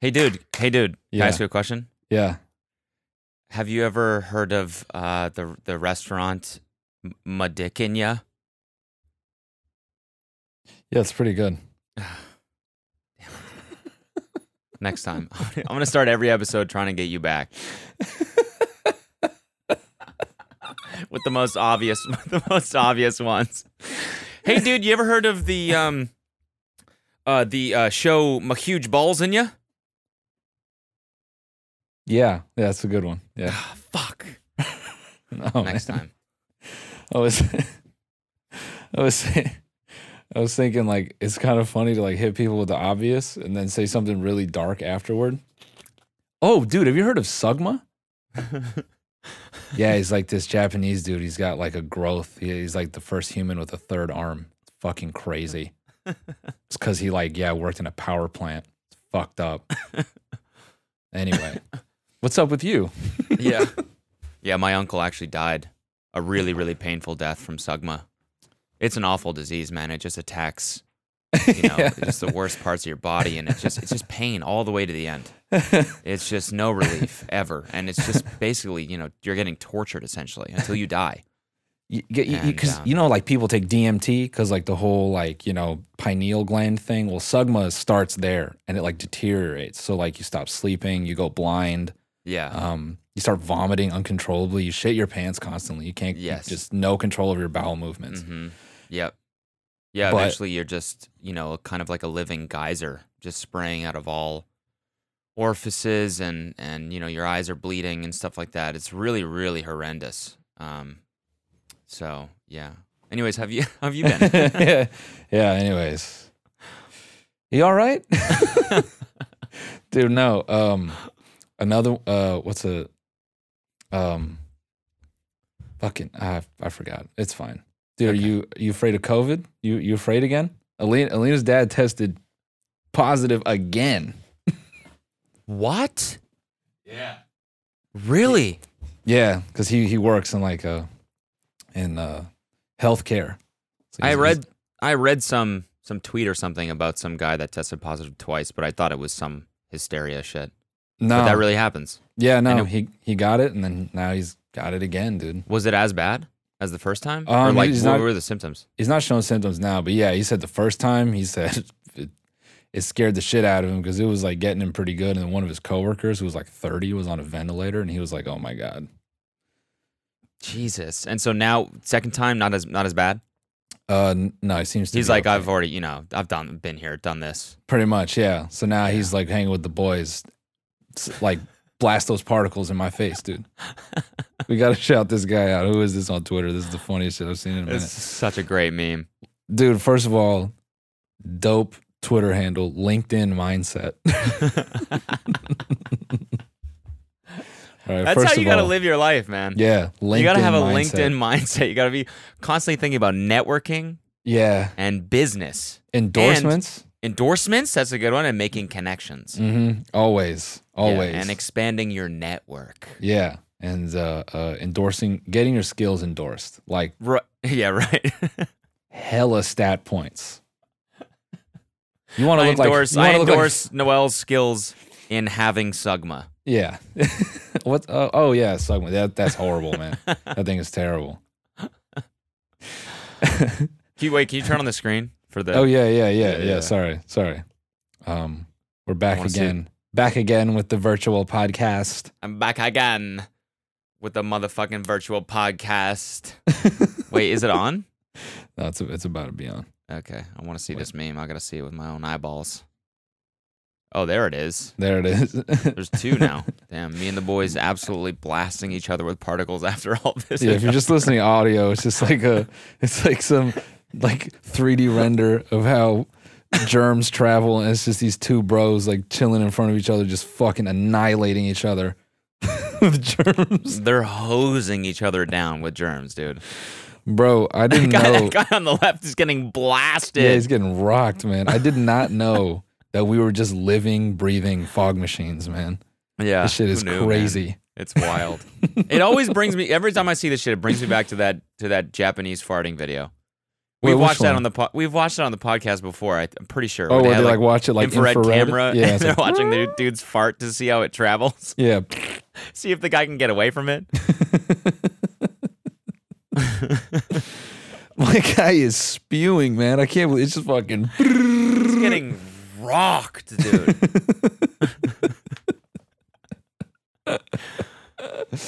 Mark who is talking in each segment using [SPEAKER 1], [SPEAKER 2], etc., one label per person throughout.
[SPEAKER 1] Hey, dude. Hey, dude. Can
[SPEAKER 2] Yeah.
[SPEAKER 1] I ask you a question?
[SPEAKER 2] Yeah.
[SPEAKER 1] Have you ever heard of uh, the the restaurant M- Madikinya?
[SPEAKER 2] Yeah, it's pretty good.
[SPEAKER 1] Next time, I'm gonna start every episode trying to get you back with the most obvious, with the most obvious ones. Hey, dude, you ever heard of the um, uh, the uh, show "My Huge Balls in Ya"?
[SPEAKER 2] Yeah. Yeah, it's a good one. Yeah.
[SPEAKER 1] Ah, fuck.
[SPEAKER 2] No,
[SPEAKER 1] Next
[SPEAKER 2] man.
[SPEAKER 1] time.
[SPEAKER 2] I was I was I was thinking like it's kind of funny to like hit people with the obvious and then say something really dark afterward. Oh, dude, have you heard of Sugma? yeah, he's like this Japanese dude. He's got like a growth. He- He's like the first human with a third arm. It's fucking crazy. it's because he like yeah worked in a power plant. It's fucked up. anyway, what's up with you?
[SPEAKER 1] yeah. Yeah, my uncle actually died a really, really painful death from Sugma. It's an awful disease, man. It just attacks, you know, just the worst parts of your body, and it's just it's just pain all the way to the end. It's just no relief ever, and it's just basically, you know, you're getting tortured essentially until you die.
[SPEAKER 2] you, get- you, you,
[SPEAKER 1] And,
[SPEAKER 2] cause,
[SPEAKER 1] um,
[SPEAKER 2] you know, like people take DMT because like the whole like you know pineal gland thing. Well, sugma starts there and it like deteriorates. So like you stop sleeping, you go blind,
[SPEAKER 1] Yeah,
[SPEAKER 2] um, you start vomiting uncontrollably, you shit your pants constantly. You can't, you
[SPEAKER 1] Yes.
[SPEAKER 2] just no control of your bowel movements.
[SPEAKER 1] hmm Yep. Yeah.
[SPEAKER 2] But-
[SPEAKER 1] eventually, you're just you know kind of like a living geyser, just spraying out of all orifices, and and you know your eyes are bleeding and stuff like that. It's really really horrendous. Um. So yeah. Anyways, have you have you been?
[SPEAKER 2] yeah. yeah. Anyways, you all right, dude? No. Um, another. Uh, what's a, um, fucking. I I forgot. It's fine, dude. Are you you afraid of COVID? You you afraid again? Alina, Alina's dad tested positive again.
[SPEAKER 1] what? Yeah. Really?
[SPEAKER 2] Yeah, because he he works in like uh in uh healthcare. So
[SPEAKER 1] I
[SPEAKER 2] he's-
[SPEAKER 1] read I read some some tweet or something about some guy that tested positive twice, but I thought it was some hysteria shit.
[SPEAKER 2] no
[SPEAKER 1] But that really happens.
[SPEAKER 2] yeah no
[SPEAKER 1] it-
[SPEAKER 2] he he got it and then now he's got it again, dude.
[SPEAKER 1] Was it as bad as the first time? or
[SPEAKER 2] Um,
[SPEAKER 1] like
[SPEAKER 2] he's
[SPEAKER 1] what
[SPEAKER 2] not-
[SPEAKER 1] were the symptoms?
[SPEAKER 2] he's not showing symptoms now, but yeah, he said the first time he said it, it scared the shit out of him because it was like getting him pretty good. And then one of his coworkers, who was like 30, was on a ventilator, and he was like, "Oh my god."
[SPEAKER 1] Jesus. And so now second time not as not as bad.
[SPEAKER 2] Uh, n- no, he seems to.
[SPEAKER 1] He's
[SPEAKER 2] be
[SPEAKER 1] like
[SPEAKER 2] okay.
[SPEAKER 1] I've already, you know, I've done been here, done this.
[SPEAKER 2] pretty much, yeah. So now he's like hanging with the boys, s- like blast those particles in my face, dude. we gotta shout this guy out. Who is this on Twitter? This is the funniest shit I've seen in a minute.
[SPEAKER 1] It's such a great meme.
[SPEAKER 2] dude first of all dope twitter handle linkedin mindset all right
[SPEAKER 1] That's
[SPEAKER 2] first
[SPEAKER 1] how you
[SPEAKER 2] of
[SPEAKER 1] got to
[SPEAKER 2] all,
[SPEAKER 1] live your life, man.
[SPEAKER 2] yeah LinkedIn
[SPEAKER 1] you got to have a
[SPEAKER 2] mindset.
[SPEAKER 1] LinkedIn mindset. You got to be constantly thinking about networking
[SPEAKER 2] yeah
[SPEAKER 1] and business.
[SPEAKER 2] endorsements
[SPEAKER 1] Endorsements, that's a good one, and making connections.
[SPEAKER 2] mm-hmm. always
[SPEAKER 1] Yeah,
[SPEAKER 2] always
[SPEAKER 1] and expanding your network.
[SPEAKER 2] yeah and uh, uh endorsing getting your skills endorsed like
[SPEAKER 1] Right. Yeah, right.
[SPEAKER 2] hella stat points you want to
[SPEAKER 1] I
[SPEAKER 2] look
[SPEAKER 1] endorse,
[SPEAKER 2] like you
[SPEAKER 1] I
[SPEAKER 2] wanna look like-
[SPEAKER 1] endorse Noel's skills in having Sugma.
[SPEAKER 2] Yeah. what? Uh, oh yeah, Sugma. That that's horrible, man. that thing is terrible.
[SPEAKER 1] Can you, wait, can you turn on the screen for the?
[SPEAKER 2] Oh yeah, yeah, yeah, yeah.
[SPEAKER 1] yeah.
[SPEAKER 2] Sorry, sorry. Um, we're back
[SPEAKER 1] wanna see it.
[SPEAKER 2] again. Back again with the virtual podcast.
[SPEAKER 1] I'm back again with the motherfucking virtual podcast. wait, is it on?
[SPEAKER 2] No, it's it's about to be on.
[SPEAKER 1] Okay, I want to see this meme. I gotta see it with my own eyeballs. Oh, there it is.
[SPEAKER 2] There it is.
[SPEAKER 1] There's two now. Damn, me and the boys absolutely blasting each other with particles after all this.
[SPEAKER 2] yeah, if you're just listening to audio, it's just like a, it's like some like 3D render of how germs travel, and it's just these two bros like chilling in front of each other, just fucking annihilating each other with germs.
[SPEAKER 1] They're hosing each other down with germs, dude.
[SPEAKER 2] Bro, I didn't
[SPEAKER 1] Guy,
[SPEAKER 2] know.
[SPEAKER 1] That guy on the left is getting blasted.
[SPEAKER 2] Yeah, he's getting rocked, man. I did not know that we were just living, breathing fog machines, man.
[SPEAKER 1] Yeah,
[SPEAKER 2] This shit
[SPEAKER 1] Ah, who
[SPEAKER 2] is
[SPEAKER 1] knew, man?
[SPEAKER 2] crazy.
[SPEAKER 1] It's wild. it always brings me every time I see this shit. It brings me back to that to that Japanese farting video,
[SPEAKER 2] Wait,
[SPEAKER 1] we've
[SPEAKER 2] which
[SPEAKER 1] watched that
[SPEAKER 2] one?
[SPEAKER 1] on the po- we've watched it on the podcast before. I, I'm pretty sure.
[SPEAKER 2] Oh,
[SPEAKER 1] where
[SPEAKER 2] where they
[SPEAKER 1] had,
[SPEAKER 2] like, watch it like
[SPEAKER 1] infrared,
[SPEAKER 2] infrared,
[SPEAKER 1] camera.
[SPEAKER 2] Yeah,
[SPEAKER 1] and
[SPEAKER 2] it's
[SPEAKER 1] they're
[SPEAKER 2] like,
[SPEAKER 1] watching the dude's fart to see how it travels,
[SPEAKER 2] yeah.
[SPEAKER 1] see if the guy can get away from it.
[SPEAKER 2] My guy is spewing, man. I can't believe it's just fucking.
[SPEAKER 1] He's getting rocked, dude.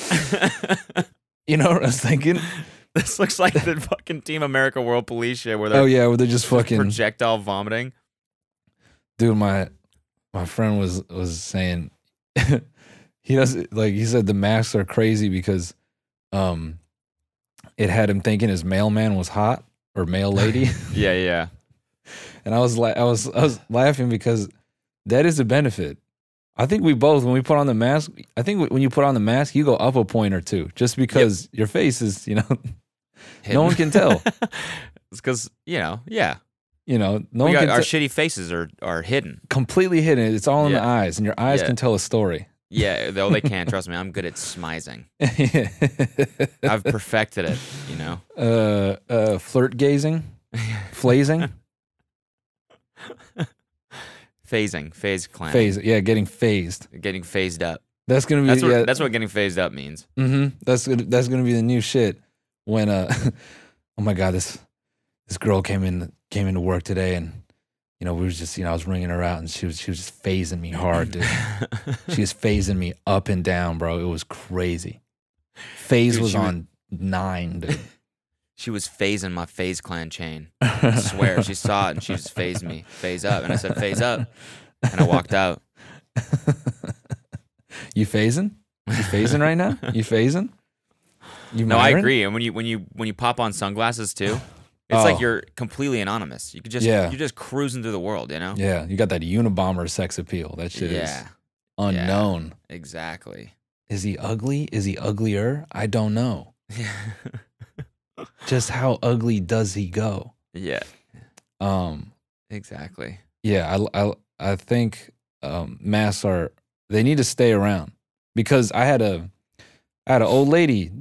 [SPEAKER 2] You know what I was thinking?
[SPEAKER 1] this looks like the fucking Team America World Police shit where they're
[SPEAKER 2] Oh yeah, where they just fucking
[SPEAKER 1] projectile vomiting.
[SPEAKER 2] dude. My my friend was was saying he doesn't like he said the masks are crazy because um it had him thinking his mailman was hot or mail lady.
[SPEAKER 1] Yeah, yeah.
[SPEAKER 2] And I was like, I was, I was laughing because that is a benefit. I think we both, when we put on the mask, I think when you put on the mask, you go up a point or two, just because your face is, you know, no one can tell.
[SPEAKER 1] It's because you know, yeah.
[SPEAKER 2] You know, no
[SPEAKER 1] we
[SPEAKER 2] one
[SPEAKER 1] got,
[SPEAKER 2] can
[SPEAKER 1] our
[SPEAKER 2] tell.
[SPEAKER 1] shitty faces are are hidden.
[SPEAKER 2] completely hidden. It's all in
[SPEAKER 1] Yeah.
[SPEAKER 2] the eyes, and your eyes
[SPEAKER 1] Yeah.
[SPEAKER 2] can tell a story.
[SPEAKER 1] Yeah, though they can't trust me. I'm good at smizing.
[SPEAKER 2] uh,
[SPEAKER 1] I've perfected it. You know.
[SPEAKER 2] uh, flirt gazing, flazing,
[SPEAKER 1] Phasing, phase clan,
[SPEAKER 2] phase. Yeah, getting phased.
[SPEAKER 1] getting phased up.
[SPEAKER 2] That's gonna be
[SPEAKER 1] That's what
[SPEAKER 2] yeah,
[SPEAKER 1] that's what getting phased up means.
[SPEAKER 2] Mm-hmm. That's gonna- that's gonna be the new shit. When uh, oh my god, this this girl came in came into work today, and you know we was just you know I was ringing her out, and she was she was just phasing me hard, dude. she was phasing me up and down, bro. It was crazy. Phase
[SPEAKER 1] Dude,
[SPEAKER 2] was
[SPEAKER 1] she was-
[SPEAKER 2] on nine, dude.
[SPEAKER 1] She was phasing my phase clan chain. I swear she saw it and she just phased me. Phase up. And I said, phase up. And I walked out.
[SPEAKER 2] You phasing? You phasing right now? You phasing? You
[SPEAKER 1] No, I
[SPEAKER 2] miring?
[SPEAKER 1] agree. And when you when you when you pop on sunglasses too, it's like
[SPEAKER 2] Oh.
[SPEAKER 1] you're completely anonymous. You could just
[SPEAKER 2] Yeah.
[SPEAKER 1] you're just cruising through the world, you know?
[SPEAKER 2] Yeah, you got that Unabomber sex appeal. That shit
[SPEAKER 1] Yeah,
[SPEAKER 2] is unknown.
[SPEAKER 1] exactly.
[SPEAKER 2] Is he ugly? Is he uglier? I don't know. Just how ugly does he go?
[SPEAKER 1] yeah,
[SPEAKER 2] Um,
[SPEAKER 1] exactly.
[SPEAKER 2] yeah, I, I, I think um, masks are they need to stay around because I had a I had an old lady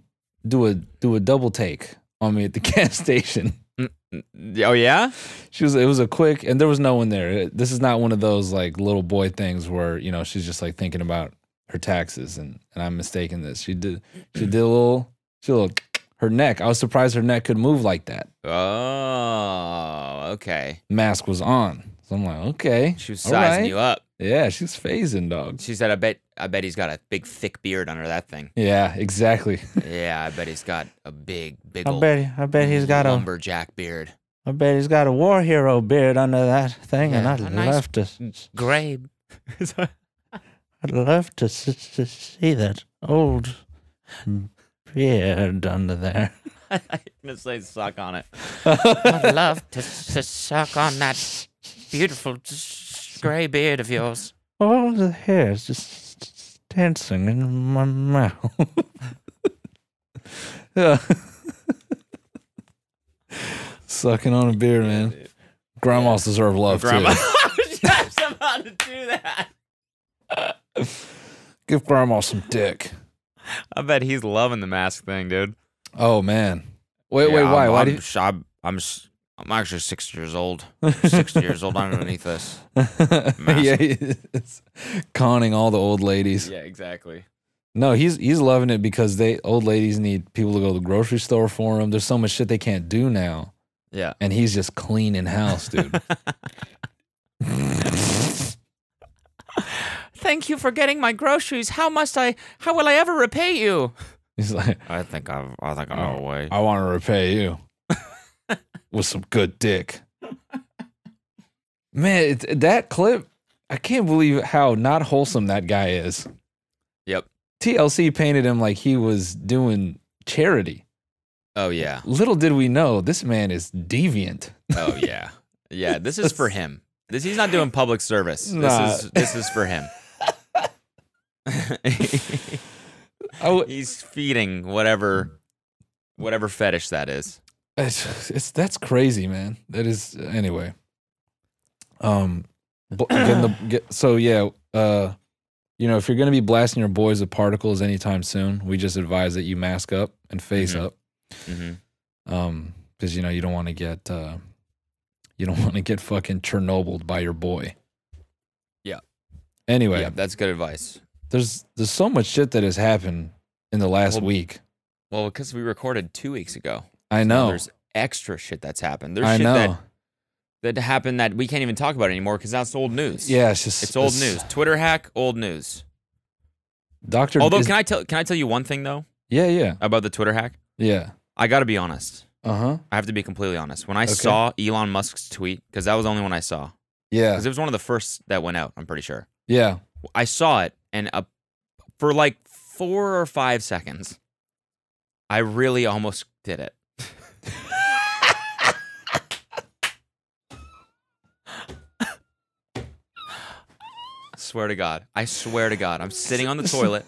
[SPEAKER 2] do a do a double take on me at the gas station.
[SPEAKER 1] Oh yeah?
[SPEAKER 2] She was it was a quick and there was no one there. It- This is not one of those like little boy things where you know she's just like thinking about her taxes and and I'm mistaken this. She did she did a little she did a little her neck. I was surprised her neck could move like that.
[SPEAKER 1] Oh, okay.
[SPEAKER 2] Mask was on, so I'm like okay,
[SPEAKER 1] She was
[SPEAKER 2] all
[SPEAKER 1] sizing
[SPEAKER 2] right.
[SPEAKER 1] you up.
[SPEAKER 2] Yeah, she's phasing dog.
[SPEAKER 1] She said, I bet I bet he's got a big thick beard under that thing.
[SPEAKER 2] Yeah, exactly.
[SPEAKER 1] yeah, I bet he's got a big, big
[SPEAKER 3] I
[SPEAKER 1] old
[SPEAKER 3] bet, I bet he's got a,
[SPEAKER 1] lumberjack beard.
[SPEAKER 3] I bet he's got a war hero beard under that thing, and
[SPEAKER 1] Yeah, a
[SPEAKER 3] I
[SPEAKER 1] nice-
[SPEAKER 3] love to,
[SPEAKER 1] Gray.
[SPEAKER 3] I'd love to, s- s- to see that old beard under there.
[SPEAKER 1] I'm gonna say suck on it.
[SPEAKER 4] I'd love to, to suck on that beautiful gray beard of yours.
[SPEAKER 3] All the hairs just s- dancing in my mouth.
[SPEAKER 2] Yeah. Sucking on a beer, man. Grandmas deserve love
[SPEAKER 1] Grandma.
[SPEAKER 2] too.
[SPEAKER 1] I was just about to do that.
[SPEAKER 2] Give grandma some dick.
[SPEAKER 1] I bet he's loving the mask thing, dude.
[SPEAKER 2] Oh man. Wait,
[SPEAKER 1] Yeah,
[SPEAKER 2] wait,
[SPEAKER 1] I'm-
[SPEAKER 2] why?
[SPEAKER 1] I'm,
[SPEAKER 2] why did?
[SPEAKER 1] sh- I'm, I'm, s- I'm actually six years old. Six years old underneath this.
[SPEAKER 2] yeah, it's conning all the old ladies.
[SPEAKER 1] Yeah, exactly.
[SPEAKER 2] No, he's he's loving it because they old ladies need people to go to the grocery store for them. There's so much shit they can't do now,
[SPEAKER 1] Yeah.
[SPEAKER 2] and he's just cleaning house, dude.
[SPEAKER 4] Thank you for getting my groceries. How must I? How will I ever repay you?
[SPEAKER 2] he's like,
[SPEAKER 1] I think I've, I think I
[SPEAKER 2] Oh.
[SPEAKER 1] know a way.
[SPEAKER 2] I want to repay you with some good dick. Man, it's, that clip, I can't believe how not wholesome that guy is.
[SPEAKER 1] Yep.
[SPEAKER 2] TLC painted him like he was doing charity.
[SPEAKER 1] Oh yeah.
[SPEAKER 2] Little did we know, this man is deviant.
[SPEAKER 1] Oh yeah. Yeah. This is for him. This he's not doing public service.
[SPEAKER 2] Nah.
[SPEAKER 1] This is this is for him.
[SPEAKER 2] I w-
[SPEAKER 1] he's feeding whatever whatever fetish that is.
[SPEAKER 2] it's, it's, that's crazy, man. That is, anyway. Um, bl- getting the, get, so yeah, uh, you know, if you're going to be blasting your boys with particles
[SPEAKER 1] Mm-hmm.
[SPEAKER 2] anytime soon, we just advise that you mask up and face
[SPEAKER 1] Mhm.
[SPEAKER 2] up.
[SPEAKER 1] hmm
[SPEAKER 2] Um, because you know you don't want to get uh, you don't want to get fucking Chernobyl by your boy.
[SPEAKER 1] Yeah.
[SPEAKER 2] Anyway,
[SPEAKER 1] Yeah, that's good advice.
[SPEAKER 2] there's there's so much shit that has happened in the last
[SPEAKER 1] Well,
[SPEAKER 2] week.
[SPEAKER 1] Well, because we recorded two weeks ago.
[SPEAKER 2] I
[SPEAKER 1] Now
[SPEAKER 2] know.
[SPEAKER 1] There's extra shit that's happened. There's
[SPEAKER 2] I
[SPEAKER 1] shit
[SPEAKER 2] know.
[SPEAKER 1] That, that happened that we can't even talk about anymore because that's old news.
[SPEAKER 2] yeah, it's just
[SPEAKER 1] It's old news. Twitter hack, old news.
[SPEAKER 2] Doctor.
[SPEAKER 1] Although, can I tell can I tell you one thing though
[SPEAKER 2] yeah, yeah,
[SPEAKER 1] about the Twitter hack?
[SPEAKER 2] yeah.
[SPEAKER 1] I got to be honest.
[SPEAKER 2] Uh huh.
[SPEAKER 1] I have to be completely honest. When I
[SPEAKER 2] Okay.
[SPEAKER 1] saw Elon Musk's tweet, because that was the only one I saw,
[SPEAKER 2] Yeah,
[SPEAKER 1] because it was one of the first that went out. I'm pretty sure.
[SPEAKER 2] yeah.
[SPEAKER 1] I saw it, and uh, for like four or five seconds, I really almost did it. swear to God. I swear to God. I'm sitting on the toilet,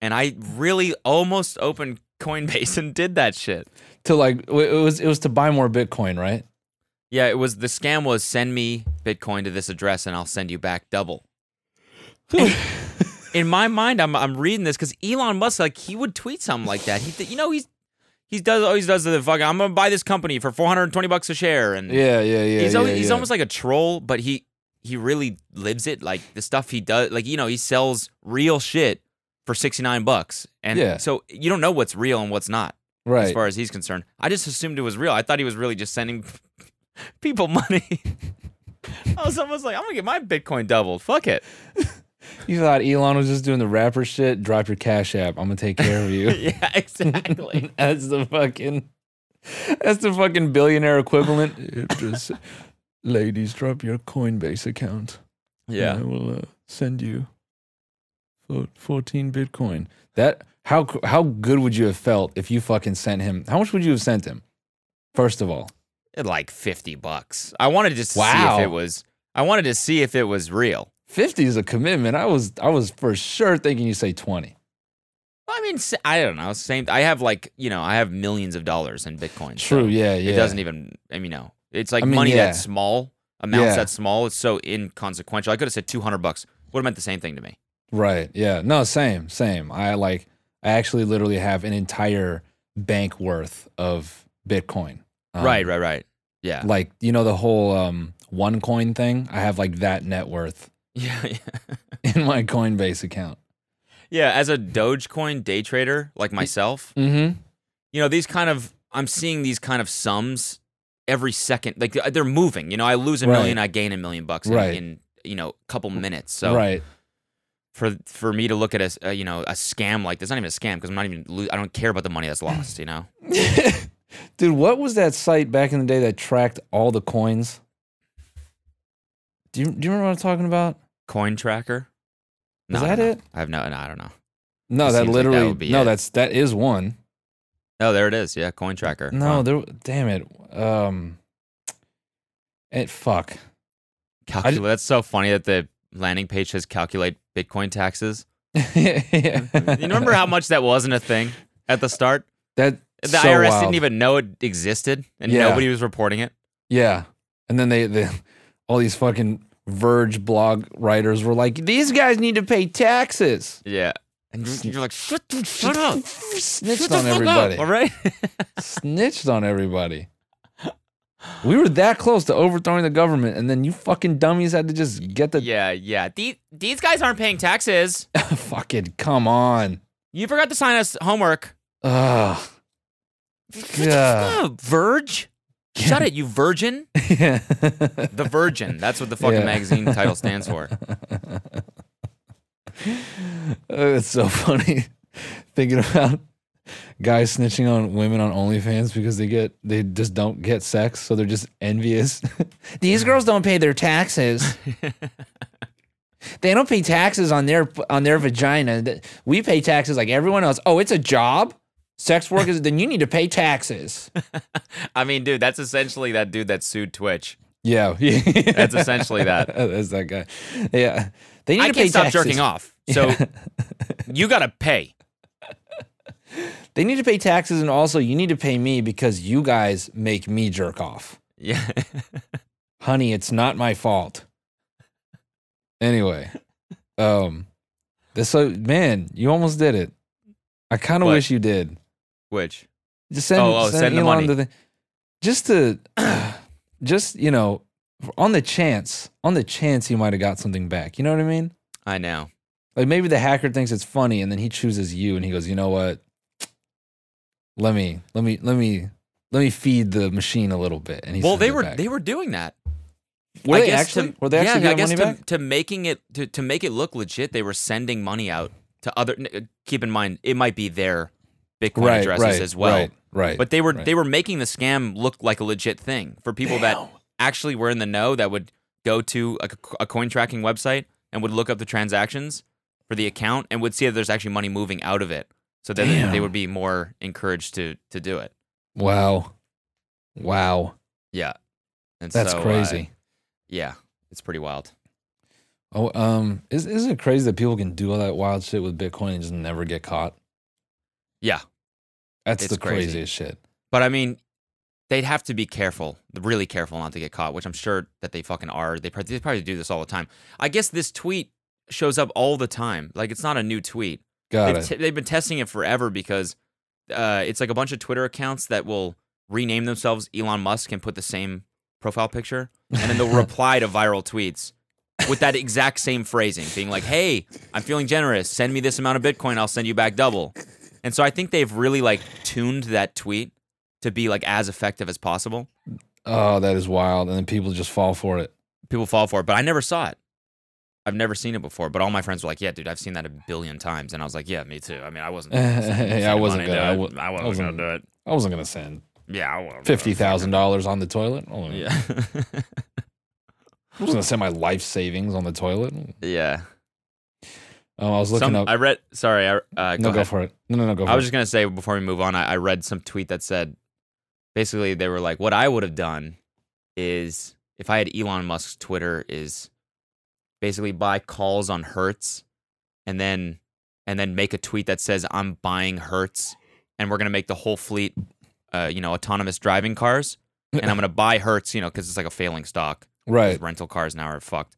[SPEAKER 1] and I really almost opened Coinbase and did that shit.
[SPEAKER 2] To like, w- it was it was to buy more Bitcoin, right?
[SPEAKER 1] Yeah, it was the scam was send me Bitcoin to this address and I'll send you back double. And in my mind, I'm I'm reading this because Elon Musk like he would tweet something like that. He th- you know he's he does always does the fucking I'm gonna buy this company for 420 bucks a share and
[SPEAKER 2] Yeah, yeah, yeah.
[SPEAKER 1] he's
[SPEAKER 2] yeah,
[SPEAKER 1] always, he's
[SPEAKER 2] yeah.
[SPEAKER 1] almost like a troll, but he he really lives it. Like the stuff he does, like you know he sells real shit for 69 bucks, and
[SPEAKER 2] Yeah.
[SPEAKER 1] so you don't know what's real and what's not
[SPEAKER 2] right.
[SPEAKER 1] as far as he's concerned. I just assumed it was real. I thought he was really just sending people money. I was almost like, I'm gonna get my Bitcoin doubled. Fuck it.
[SPEAKER 2] You thought Elon was just doing the rapper shit? Drop your Cash App. I'm gonna take care of you.
[SPEAKER 1] yeah, exactly.
[SPEAKER 2] that's the fucking. That's the fucking billionaire equivalent. It just, ladies, drop your Coinbase account.
[SPEAKER 1] Yeah.
[SPEAKER 2] will uh, send you fo- 14 Bitcoin. That how c- how good would you have felt if you fucking sent him? How much would you have sent him? First of all,
[SPEAKER 1] Like 50 bucks. I wanted just to see
[SPEAKER 2] Wow.
[SPEAKER 1] if it was I wanted to see if it was real.
[SPEAKER 2] 50 is a commitment. I was I was for sure thinking you say 20.
[SPEAKER 1] I mean, s- I don't know. Same. I have like, you know, I have millions of dollars in Bitcoin. so
[SPEAKER 2] True, yeah, yeah.
[SPEAKER 1] It doesn't e- even, I mean, you know, it's like
[SPEAKER 2] I mean,
[SPEAKER 1] money
[SPEAKER 2] yeah.
[SPEAKER 1] that's small, amounts
[SPEAKER 2] Yeah.
[SPEAKER 1] that's small. It's so inconsequential. I could have said 200 bucks. Would have meant the same thing to me.
[SPEAKER 2] Right. Yeah. No, same, same. I like I actually literally have an entire bank worth of Bitcoin. Um,
[SPEAKER 1] right, right, right. Yeah.
[SPEAKER 2] Like, you know the whole um one coin thing? I have like that net worth
[SPEAKER 1] Yeah, yeah.
[SPEAKER 2] in my Coinbase account.
[SPEAKER 1] Yeah, as a Dogecoin day trader like
[SPEAKER 2] Mm.
[SPEAKER 1] myself,
[SPEAKER 2] Mm-hmm.
[SPEAKER 1] you know, these kind of I'm seeing these kind of sums every second. Like they're- they're moving. You know, I lose a
[SPEAKER 2] Right.
[SPEAKER 1] million, I gain a million bucks in,
[SPEAKER 2] Right.
[SPEAKER 1] in you know, a couple minutes. So
[SPEAKER 2] right.
[SPEAKER 1] for for me to look at a s- uh, you know, a scam like this, not even a scam because I'm not even lo- I don't care about the money that's lost, you know.
[SPEAKER 2] Dude, what was that site back in the day that tracked all the coins? Do you, do you remember what I'm talking about?
[SPEAKER 1] Coin tracker? No,
[SPEAKER 2] Is
[SPEAKER 1] I
[SPEAKER 2] that
[SPEAKER 1] don't know.
[SPEAKER 2] it?
[SPEAKER 1] I have no, no, I don't know.
[SPEAKER 2] No,
[SPEAKER 1] It
[SPEAKER 2] that
[SPEAKER 1] seems like that
[SPEAKER 2] literally.
[SPEAKER 1] would be
[SPEAKER 2] no,
[SPEAKER 1] it.
[SPEAKER 2] that's that is one.
[SPEAKER 1] Oh, there it is. Yeah, coin tracker.
[SPEAKER 2] No,
[SPEAKER 1] Wow.
[SPEAKER 2] there. Damn it. Um. It fuck.
[SPEAKER 1] Calcul- that's so funny that the landing page says calculate Bitcoin taxes.
[SPEAKER 2] yeah.
[SPEAKER 1] Mm-hmm. you remember how much that wasn't a thing at the start?
[SPEAKER 2] that
[SPEAKER 1] The
[SPEAKER 2] so
[SPEAKER 1] IRS
[SPEAKER 2] wild.
[SPEAKER 1] didn't even know it existed, and
[SPEAKER 2] Yeah.
[SPEAKER 1] nobody was reporting it.
[SPEAKER 2] Yeah, and then they they all these fucking Verge blog writers were like, these guys need to pay taxes.
[SPEAKER 1] Yeah, and you're, you're like, shut, the- shut up,
[SPEAKER 2] Snitched
[SPEAKER 1] Shut the
[SPEAKER 2] on
[SPEAKER 1] fuck up,
[SPEAKER 2] everybody.
[SPEAKER 1] All right.
[SPEAKER 2] snitched on everybody. We were that close to overthrowing the government, and then you fucking dummies had to just get the
[SPEAKER 1] yeah, yeah. These these guys aren't paying taxes.
[SPEAKER 2] fucking come on.
[SPEAKER 1] You forgot to sign us homework.
[SPEAKER 2] Ugh. Yeah.
[SPEAKER 1] Ugh, Verge. Shut it, you virgin.
[SPEAKER 2] yeah.
[SPEAKER 1] The virgin. That's what the fucking
[SPEAKER 2] Yeah.
[SPEAKER 1] magazine title stands for.
[SPEAKER 2] Oh, it's so funny thinking about guys snitching on women on OnlyFans because they get they just don't get sex, so they're just envious. These girls don't pay their taxes. they don't pay taxes on their on their vagina. Th- We pay taxes like everyone else. Oh, it's a job. Sex work is then you need to pay taxes.
[SPEAKER 1] I mean, dude, that's essentially that dude that sued Twitch.
[SPEAKER 2] Yeah,
[SPEAKER 1] That's essentially that.
[SPEAKER 2] That's that guy. Yeah, they need
[SPEAKER 1] I
[SPEAKER 2] to pay
[SPEAKER 1] can't stop
[SPEAKER 2] taxes.
[SPEAKER 1] jerking off, so you gotta pay.
[SPEAKER 2] They need to pay taxes, and also you need to pay me because you guys make me jerk off.
[SPEAKER 1] Yeah.
[SPEAKER 2] honey, it's not my fault. Anyway, um, this so man, you almost did it. I kind of
[SPEAKER 1] What?
[SPEAKER 2] wish you did.
[SPEAKER 1] Which?
[SPEAKER 2] Just send,
[SPEAKER 1] Oh, oh,
[SPEAKER 2] send,
[SPEAKER 1] send the
[SPEAKER 2] Elon
[SPEAKER 1] money.
[SPEAKER 2] the thing. just to just you know on the chance on the chance he might have got something back you know what i mean
[SPEAKER 1] I know.
[SPEAKER 2] like maybe the hacker thinks it's funny and then he chooses you and he goes you know what let me let me let me let me feed the machine a little bit and he
[SPEAKER 1] Well,
[SPEAKER 2] sends
[SPEAKER 1] they
[SPEAKER 2] it
[SPEAKER 1] were
[SPEAKER 2] back.
[SPEAKER 1] they were doing that.
[SPEAKER 2] were
[SPEAKER 1] I
[SPEAKER 2] they
[SPEAKER 1] guess to-
[SPEAKER 2] actually were they actually
[SPEAKER 1] yeah, I
[SPEAKER 2] getting
[SPEAKER 1] guess
[SPEAKER 2] money
[SPEAKER 1] to,
[SPEAKER 2] back
[SPEAKER 1] to making it to, to make it look legit, they were sending money out to other. n- uh, Keep in mind, it might be their Bitcoin
[SPEAKER 2] right
[SPEAKER 1] addresses
[SPEAKER 2] right
[SPEAKER 1] as well.
[SPEAKER 2] right right
[SPEAKER 1] But they were
[SPEAKER 2] right.
[SPEAKER 1] they were making the scam look like a legit thing for people that actually were in the know that would go to a, c- a coin tracking website and would look up the transactions for the account and would see that there's actually money moving out of it. So then they- they
[SPEAKER 2] Damn.
[SPEAKER 1] would be more encouraged to to do it.
[SPEAKER 2] wow wow
[SPEAKER 1] Yeah, and
[SPEAKER 2] that's
[SPEAKER 1] so, uh,
[SPEAKER 2] crazy
[SPEAKER 1] yeah, it's pretty wild.
[SPEAKER 2] oh um is, isn't it crazy that people can do all that wild shit with bitcoin and just never get caught
[SPEAKER 1] Yeah,
[SPEAKER 2] that's
[SPEAKER 1] It's
[SPEAKER 2] the
[SPEAKER 1] crazy.
[SPEAKER 2] craziest shit
[SPEAKER 1] But I mean, they'd have to be careful, really careful not to get caught, which I'm sure that they fucking are. They probably, they probably do this all the time. I guess this tweet shows up all the time. Like it's not a new tweet.
[SPEAKER 2] got
[SPEAKER 1] they've,
[SPEAKER 2] it
[SPEAKER 1] t- they've been testing it forever because uh, it's like a bunch of Twitter accounts that will rename themselves Elon Musk and put the same profile picture, and then they'll reply to viral tweets with that exact same phrasing, being like, "Hey, I'm feeling generous. Send me this amount of Bitcoin. I'll send you back double." And so I think they've really like tuned that tweet to be like as effective as possible.
[SPEAKER 2] Oh, that is wild. And then people just fall for it.
[SPEAKER 1] People fall for it, but I never saw it. I've never seen it before, but all my friends were like, "Yeah, dude, I've seen that a billion times," and I was like, "Yeah, me too." I mean, I wasn't.
[SPEAKER 2] yeah, I wasn't gonna. I,
[SPEAKER 1] I,
[SPEAKER 2] w-
[SPEAKER 1] I
[SPEAKER 2] I
[SPEAKER 1] wasn't
[SPEAKER 2] wasn't,
[SPEAKER 1] gonna do it.
[SPEAKER 2] I wasn't gonna send
[SPEAKER 1] Yeah, I wasn't
[SPEAKER 2] fifty thousand dollars on the toilet. Oh, yeah.
[SPEAKER 1] Yeah,
[SPEAKER 2] I was gonna send my life savings on the toilet.
[SPEAKER 1] yeah.
[SPEAKER 2] Oh, I was looking
[SPEAKER 1] Some-
[SPEAKER 2] up.
[SPEAKER 1] I read. Sorry, I uh, go
[SPEAKER 2] no, go
[SPEAKER 1] ahead.
[SPEAKER 2] for it. No, no, no, go for
[SPEAKER 1] I was
[SPEAKER 2] it.
[SPEAKER 1] just gonna say before we move on, I, I read some tweet that said basically they were like, "What I would have done is if I had Elon Musk's Twitter is basically buy calls on Hertz, and then and then make a tweet that says I'm buying Hertz, and we're gonna make the whole fleet, uh, you know, autonomous driving cars, and I'm gonna buy Hertz, you know, because it's like a failing stock." 'cause
[SPEAKER 2] right.
[SPEAKER 1] rental cars now are fucked.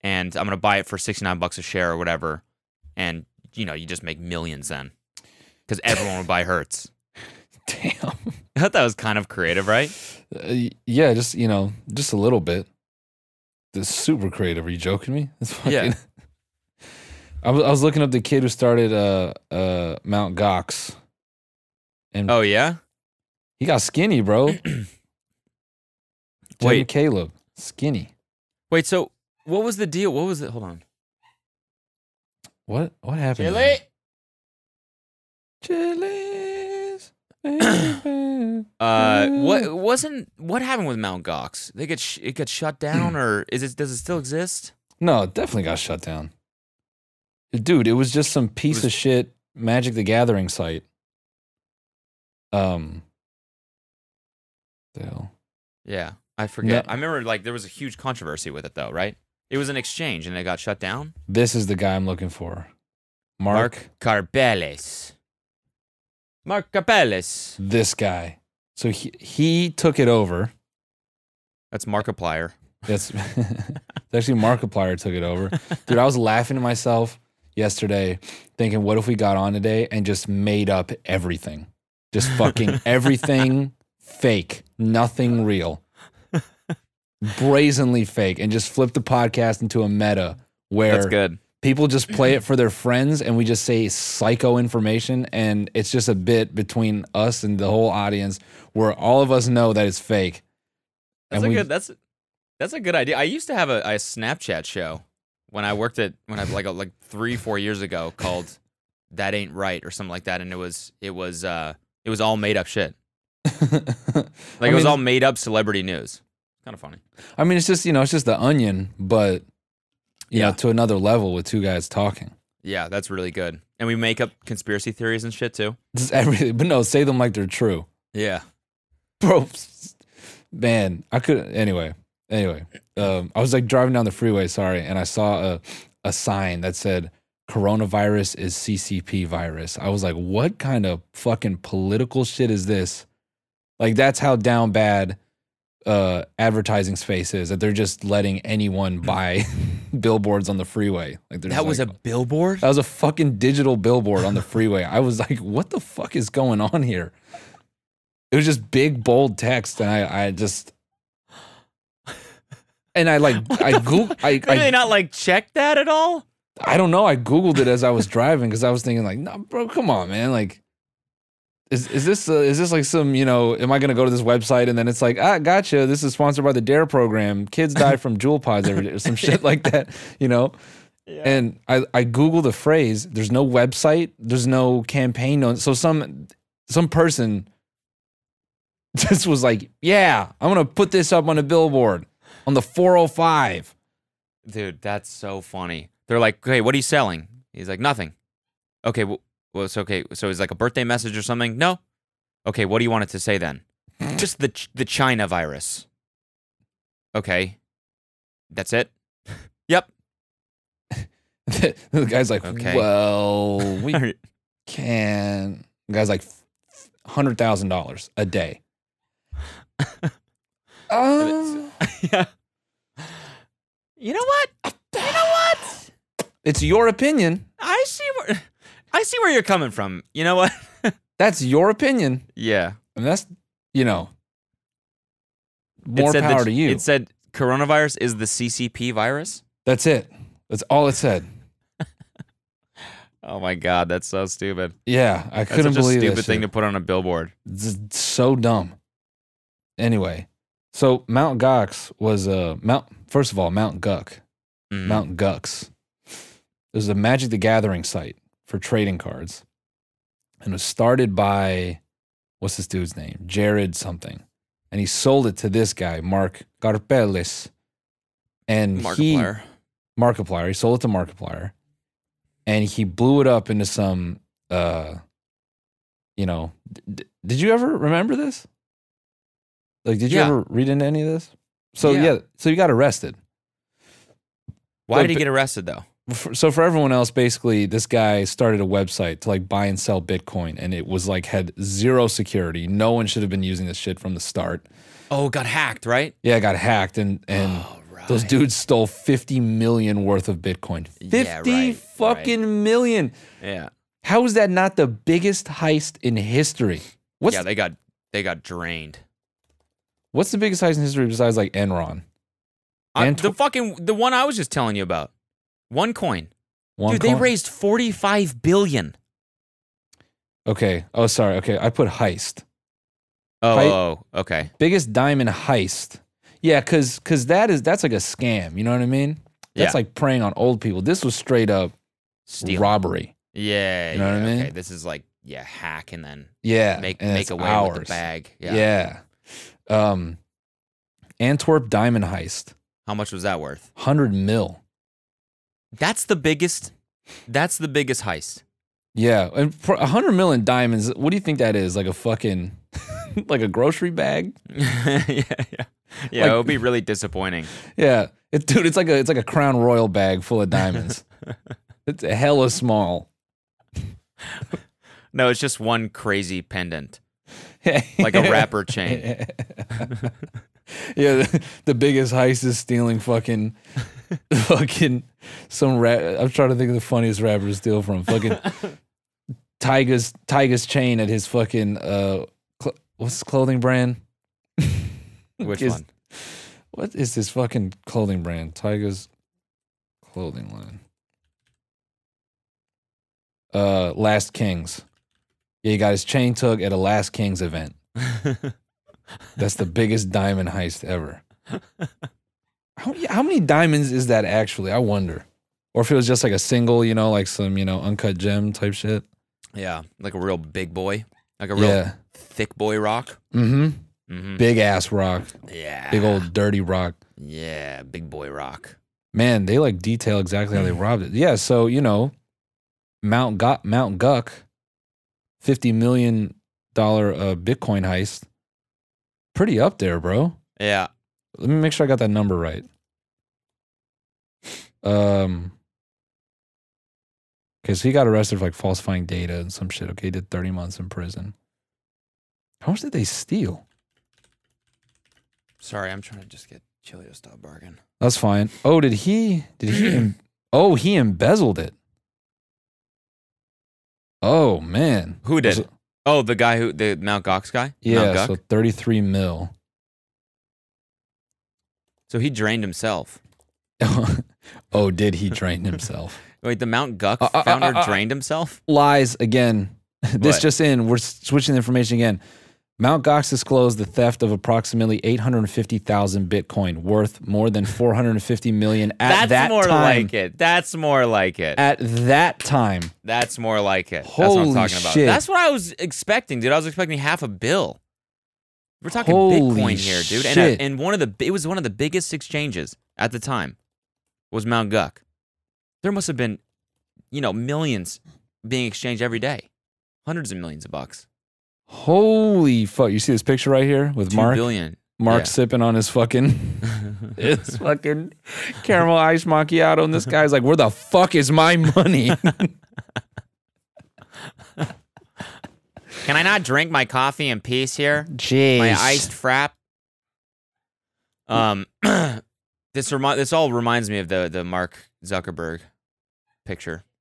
[SPEAKER 1] And I'm gonna buy it for sixty nine bucks a share or whatever, and you know you just make millions then, because everyone would buy Hertz.
[SPEAKER 2] Damn.
[SPEAKER 1] I thought that was kind of creative, right?
[SPEAKER 2] Uh, y- yeah, just you know, just a little bit. This is super creative. Are you joking me? It's fucking.
[SPEAKER 1] Yeah.
[SPEAKER 2] I was I was looking up the kid who started uh uh Mount Gox, and
[SPEAKER 1] Oh yeah.
[SPEAKER 2] he got skinny, bro. Wait,
[SPEAKER 1] Wait.
[SPEAKER 2] Caleb, skinny.
[SPEAKER 1] Wait. So what was the deal? What was it? Hold on.
[SPEAKER 2] What what happened? to
[SPEAKER 4] Chili?
[SPEAKER 2] him? Chili's. baby.
[SPEAKER 1] Uh,
[SPEAKER 2] Uh.
[SPEAKER 1] what wasn't what happened with Mount Gox? They get sh- it got shut down, or is it? Does it still exist?
[SPEAKER 2] no, it definitely got shut down. Dude, it was just some piece
[SPEAKER 1] was-
[SPEAKER 2] of shit Magic the Gathering site. Um. The hell?
[SPEAKER 1] Yeah, I forget. I remember like there was a huge controversy with it though, right? It was an exchange and it got shut down.
[SPEAKER 2] This is the guy I'm looking for. Mark,
[SPEAKER 1] Mark Carpeles. Mark Carpeles.
[SPEAKER 2] this guy. So he he took it over.
[SPEAKER 1] That's Markiplier.
[SPEAKER 2] That's it's actually Markiplier took it over. Dude, I was laughing to myself yesterday, thinking, what if we got on today and just made up everything? Just fucking everything fake, nothing real, brazenly fake, and just flip the podcast into a meta
[SPEAKER 1] That's
[SPEAKER 2] where
[SPEAKER 1] good.
[SPEAKER 2] people just play it for their friends and we just say psycho information. And it's just a bit between us and the whole audience where all of us know that it's fake.
[SPEAKER 1] That's
[SPEAKER 2] And
[SPEAKER 1] a
[SPEAKER 2] we-
[SPEAKER 1] good. That's that's a good idea. I used to have a, a Snapchat show when I worked at when I like like three four years ago called "That Ain't Right" or something like that, and it was it was uh it was all made up shit. Like it was
[SPEAKER 2] mean-
[SPEAKER 1] all made up celebrity news. Kind of funny.
[SPEAKER 2] I mean, it's just you know, it's just the onion, but you
[SPEAKER 1] Yeah.
[SPEAKER 2] know, to another level with two guys talking.
[SPEAKER 1] Yeah, that's really good. And we make up conspiracy theories and shit too.
[SPEAKER 2] This is everything, but no, say them like they're true,
[SPEAKER 1] Yeah.
[SPEAKER 2] bro. Man, I could anyway. Anyway, um, I was like driving down the freeway, sorry, and I saw a a sign that said coronavirus is CCP virus. I was like, what kind of fucking political shit is this? Like that's how down bad uh advertising space is that they're just letting anyone buy billboards on the freeway. Like
[SPEAKER 1] Hmm.
[SPEAKER 2] they're
[SPEAKER 1] That
[SPEAKER 2] just
[SPEAKER 1] was
[SPEAKER 2] like,
[SPEAKER 1] a billboard.
[SPEAKER 2] That was a fucking digital billboard on the freeway. I was like, what the fuck is going on here? It was just big bold text, and I I just and I like I go I
[SPEAKER 1] Did
[SPEAKER 2] I,
[SPEAKER 1] they not like check that at all?
[SPEAKER 2] I don't know. I googled it as I was driving because I was thinking like, no, bro, come on, man, like. Is, is this uh, is this like some you know am I gonna go to this website and then it's like ah gotcha this is sponsored by the Dare program kids die from jewel pods every day or some shit like that you know and I I Google the phrase there's no website there's no campaign no so some some person just was like yeah I'm gonna put this up on a billboard on the 405
[SPEAKER 1] Dude, that's so funny. They're like, "Okay, what are you selling?" He's like, "Nothing." Okay, well, well it's okay. So it's like a birthday message or something. No. Okay, what do you want it to say then? Just the ch- the China virus. Okay. That's it. yep.
[SPEAKER 2] the guy's like
[SPEAKER 1] Okay.
[SPEAKER 2] well we can the guy's like hundred thousand dollars a day. Uh,
[SPEAKER 1] yeah. You know what? You know what?
[SPEAKER 2] it's your opinion.
[SPEAKER 1] I see where I see where you're coming from. You know what?
[SPEAKER 2] That's your opinion,
[SPEAKER 1] Yeah.
[SPEAKER 2] and that's you know more
[SPEAKER 1] said the
[SPEAKER 2] power
[SPEAKER 1] ch-
[SPEAKER 2] to you.
[SPEAKER 1] It said coronavirus is the CCP virus.
[SPEAKER 2] that's it. That's all it said.
[SPEAKER 1] Oh my god, that's so stupid.
[SPEAKER 2] Yeah, I
[SPEAKER 1] That's
[SPEAKER 2] couldn't
[SPEAKER 1] such a
[SPEAKER 2] believe
[SPEAKER 1] stupid
[SPEAKER 2] that
[SPEAKER 1] thing
[SPEAKER 2] shit.
[SPEAKER 1] to put on a billboard.
[SPEAKER 2] Z- so dumb. Anyway, so Mount Gox was uh Mount. First of all, Mount Guck,
[SPEAKER 1] Mm.
[SPEAKER 2] Mount Gux. It was a Magic the Gathering site for trading cards, and it was started by what's this dude's name? Jared something, and he sold it to this guy Mark Garpelis, and he
[SPEAKER 1] Markiplier.
[SPEAKER 2] Markiplier. He sold it to Markiplier, and he blew it up into some. uh You know, d- d- did you ever remember this? Like, did you
[SPEAKER 1] Yeah.
[SPEAKER 2] ever read into any of this? So
[SPEAKER 1] Yeah.
[SPEAKER 2] yeah, so you got arrested.
[SPEAKER 1] Why
[SPEAKER 2] Look,
[SPEAKER 1] did he
[SPEAKER 2] but-
[SPEAKER 1] get arrested though?
[SPEAKER 2] for- so for everyone else basically this guy started a website to like buy and sell bitcoin and it was like had zero security no one should have been using this shit from the start
[SPEAKER 1] Oh, got hacked, right?
[SPEAKER 2] yeah it got hacked and and
[SPEAKER 1] Oh, right.
[SPEAKER 2] those dudes stole 50 million worth of bitcoin 50
[SPEAKER 1] Yeah, right,
[SPEAKER 2] fucking million
[SPEAKER 1] Yeah.
[SPEAKER 2] how is that not the biggest heist in history what's
[SPEAKER 1] yeah, they got they got drained.
[SPEAKER 2] what's the biggest heist in history besides like enron
[SPEAKER 1] I-
[SPEAKER 2] And
[SPEAKER 1] the
[SPEAKER 2] tw-
[SPEAKER 1] fucking the one I was just telling you about. One coin.
[SPEAKER 2] One
[SPEAKER 1] Dude, they
[SPEAKER 2] coin?
[SPEAKER 1] raised 45 billion.
[SPEAKER 2] okay oh sorry okay i put heist
[SPEAKER 1] Oh,
[SPEAKER 2] Right?
[SPEAKER 1] oh, okay.
[SPEAKER 2] biggest diamond heist. Yeah, cause cause that is that's like a scam. You know what I mean? That's
[SPEAKER 1] Yeah.
[SPEAKER 2] like preying on old people. This was straight up
[SPEAKER 1] Steal.
[SPEAKER 2] robbery.
[SPEAKER 1] yeah,
[SPEAKER 2] You know
[SPEAKER 1] yeah,
[SPEAKER 2] what I
[SPEAKER 1] Okay,
[SPEAKER 2] mean?
[SPEAKER 1] this is like yeah, hack and then
[SPEAKER 2] Yeah,
[SPEAKER 1] make
[SPEAKER 2] and
[SPEAKER 1] make
[SPEAKER 2] it's
[SPEAKER 1] away with the
[SPEAKER 2] ours.
[SPEAKER 1] bag. Yeah.
[SPEAKER 2] Yeah. Um, Antwerp diamond heist,
[SPEAKER 1] How much was that worth?
[SPEAKER 2] hundred mil.
[SPEAKER 1] That's the biggest that's the biggest heist.
[SPEAKER 2] Yeah, and for hundred mil in diamonds, what do you think that is? Like a fucking, like a grocery bag?
[SPEAKER 1] yeah, yeah. Yeah, it
[SPEAKER 2] Like-
[SPEAKER 1] would be really disappointing.
[SPEAKER 2] Yeah, it, dude, it's like a it's like a Crown Royal bag full of diamonds. it's hella small.
[SPEAKER 1] No, it's just one crazy pendant, like a rapper chain.
[SPEAKER 2] yeah, the, the biggest heist is stealing fucking, fucking some rap. I'm trying to think of the funniest rapper to steal from. Fucking Tiger's Tiger's chain at his fucking uh, cl- what's his clothing brand?
[SPEAKER 1] Which
[SPEAKER 2] Is-
[SPEAKER 1] one?
[SPEAKER 2] What is this fucking clothing brand? Tiger's clothing line. Uh, Last Kings. Yeah, he got his chain took at a Last Kings event. That's the biggest diamond heist ever. How, how many diamonds is that actually? I wonder. Or if it was just like a single, you know, like some, you know, uncut gem type shit.
[SPEAKER 1] Yeah, like a real big boy, like a real
[SPEAKER 2] Yeah.
[SPEAKER 1] thick boy rock.
[SPEAKER 2] Mm-hmm.
[SPEAKER 1] hmm
[SPEAKER 2] Big ass rock.
[SPEAKER 1] Yeah,
[SPEAKER 2] Big old dirty rock.
[SPEAKER 1] yeah, big boy rock.
[SPEAKER 2] Man, they like detail exactly
[SPEAKER 1] Mm.
[SPEAKER 2] how they robbed it. Yeah, so you know, Mount Gu- Mount Guck, fifty million dollar uh, Bitcoin heist, pretty up there, bro.
[SPEAKER 1] Yeah,
[SPEAKER 2] Let me make sure I got that number right. Um, okay, so he got arrested for like falsifying data and some shit. Okay, he did thirty months in prison. How much did they steal?
[SPEAKER 1] sorry, I'm trying to just get Chilio to stop barking.
[SPEAKER 2] That's fine. Oh, did he? Did he? em- oh, he embezzled it. Oh man,
[SPEAKER 1] Who did?
[SPEAKER 2] Was it-
[SPEAKER 1] Oh, the guy who the Mount Gox guy. Mount
[SPEAKER 2] Yeah,
[SPEAKER 1] Gox?
[SPEAKER 2] so 33 mil.
[SPEAKER 1] so he drained himself.
[SPEAKER 2] oh, did he drain himself?
[SPEAKER 1] Wait, the Mount Guck
[SPEAKER 2] Uh, uh, uh,
[SPEAKER 1] founder
[SPEAKER 2] uh, uh.
[SPEAKER 1] drained himself?
[SPEAKER 2] Lies again. this
[SPEAKER 1] What?
[SPEAKER 2] just in. We're s- switching the information again. Mount Gox disclosed the theft of approximately 850,000 Bitcoin worth more than 450 million
[SPEAKER 1] That's
[SPEAKER 2] at that
[SPEAKER 1] more
[SPEAKER 2] time.
[SPEAKER 1] like it. That's more like it.
[SPEAKER 2] At that time.
[SPEAKER 1] That's more like it. That's what
[SPEAKER 2] Holy
[SPEAKER 1] I'm talking about.
[SPEAKER 2] shit.
[SPEAKER 1] That's what I was expecting, dude. I was expecting half a bill. We're talking
[SPEAKER 2] Holy
[SPEAKER 1] Bitcoin here, dude. And,
[SPEAKER 2] shit.
[SPEAKER 1] a, and one of the bi- it was one of the biggest exchanges at the time was Mount Guck. There must have been, you know, millions being exchanged every day. Hundreds of millions of bucks.
[SPEAKER 2] Holy fuck. You see this picture right here with
[SPEAKER 1] Two
[SPEAKER 2] Mark?
[SPEAKER 1] billion.
[SPEAKER 2] Mark
[SPEAKER 1] yeah.
[SPEAKER 2] sipping on his fucking his fucking caramel ice macchiato, and this guy's like, "Where the fuck is my money?"
[SPEAKER 1] Can I not drink my coffee in peace here?
[SPEAKER 3] Jeez.
[SPEAKER 1] my iced frap. Um, this remi- this all reminds me of the the Mark Zuckerberg picture.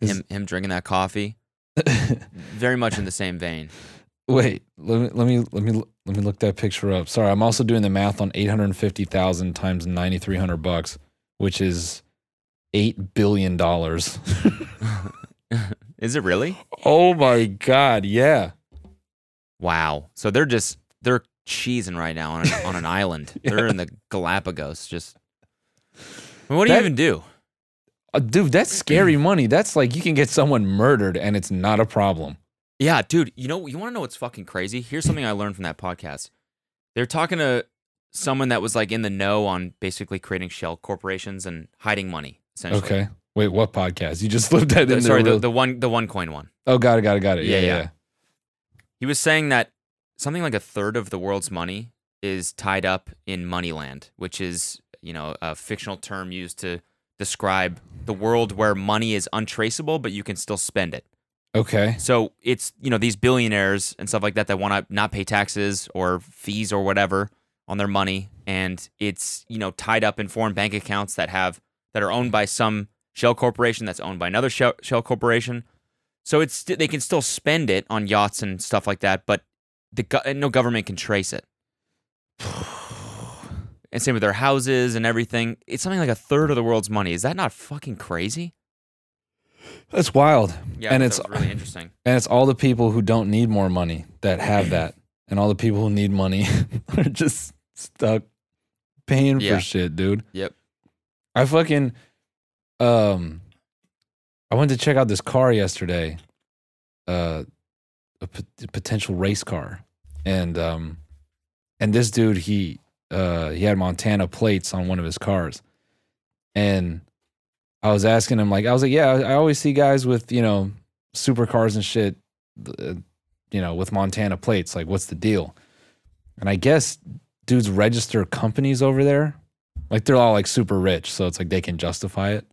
[SPEAKER 2] Is-
[SPEAKER 1] him him drinking that coffee, very much in the same vein.
[SPEAKER 2] Wait, let me let me let me let me look that picture up. Sorry, I'm also doing the math on eight hundred fifty thousand times ninety three hundred bucks, which is eight billion dollars.
[SPEAKER 1] Is it really?
[SPEAKER 2] oh my god, yeah.
[SPEAKER 1] Wow. So they're just they're cheesing right now on an, on an island. They're in the Galapagos. Just I mean, what do
[SPEAKER 2] That-
[SPEAKER 1] you even do?
[SPEAKER 2] Uh, dude, that's scary money. That's like you can get someone murdered and it's not a problem.
[SPEAKER 1] Yeah, dude, you know, you want to know what's fucking crazy? Here's something I learned from that podcast. They're talking to someone that was like in the know on basically creating shell corporations and hiding money, essentially.
[SPEAKER 2] Okay. Wait, what podcast? You just slipped that in
[SPEAKER 1] The-
[SPEAKER 2] there.
[SPEAKER 1] sorry, the,
[SPEAKER 2] real-
[SPEAKER 1] the one the one coin one.
[SPEAKER 2] oh, got it, got it, got it. Yeah,
[SPEAKER 1] Yeah,
[SPEAKER 2] yeah.
[SPEAKER 1] yeah. He was saying that something like a third of the world's money is tied up in Moneyland, which is, you know, a fictional term used to describe the world where money is untraceable, but you can still spend it.
[SPEAKER 2] Okay.
[SPEAKER 1] So it's you know these billionaires and stuff like that that want to not pay taxes or fees or whatever on their money, and it's you know tied up in foreign bank accounts that have that are owned by some shell corporation that's owned by another shell, shell corporation. So it's st- they can still spend it on yachts and stuff like that, but the go- no government can trace it. And same with their houses and everything. It's something like a third of the world's money. Is that not fucking crazy?
[SPEAKER 2] That's wild.
[SPEAKER 1] Yeah,
[SPEAKER 2] And
[SPEAKER 1] that
[SPEAKER 2] it's-
[SPEAKER 1] was really interesting.
[SPEAKER 2] And it's all the people who don't need more money that have that. And all the people who need money are just stuck paying
[SPEAKER 1] Yeah.
[SPEAKER 2] for shit, dude.
[SPEAKER 1] Yep.
[SPEAKER 2] I fucking um I went to check out this car yesterday. Uh a pot- potential race car. And um and this dude he uh he had Montana plates on one of his cars. And I was asking him like I was like, "Yeah, I always see guys with, you know, supercars and shit, uh, you know, with Montana plates. Like, what's the deal? And I guess dudes register companies over there. Like, they're all like super rich, so it's like they can justify it.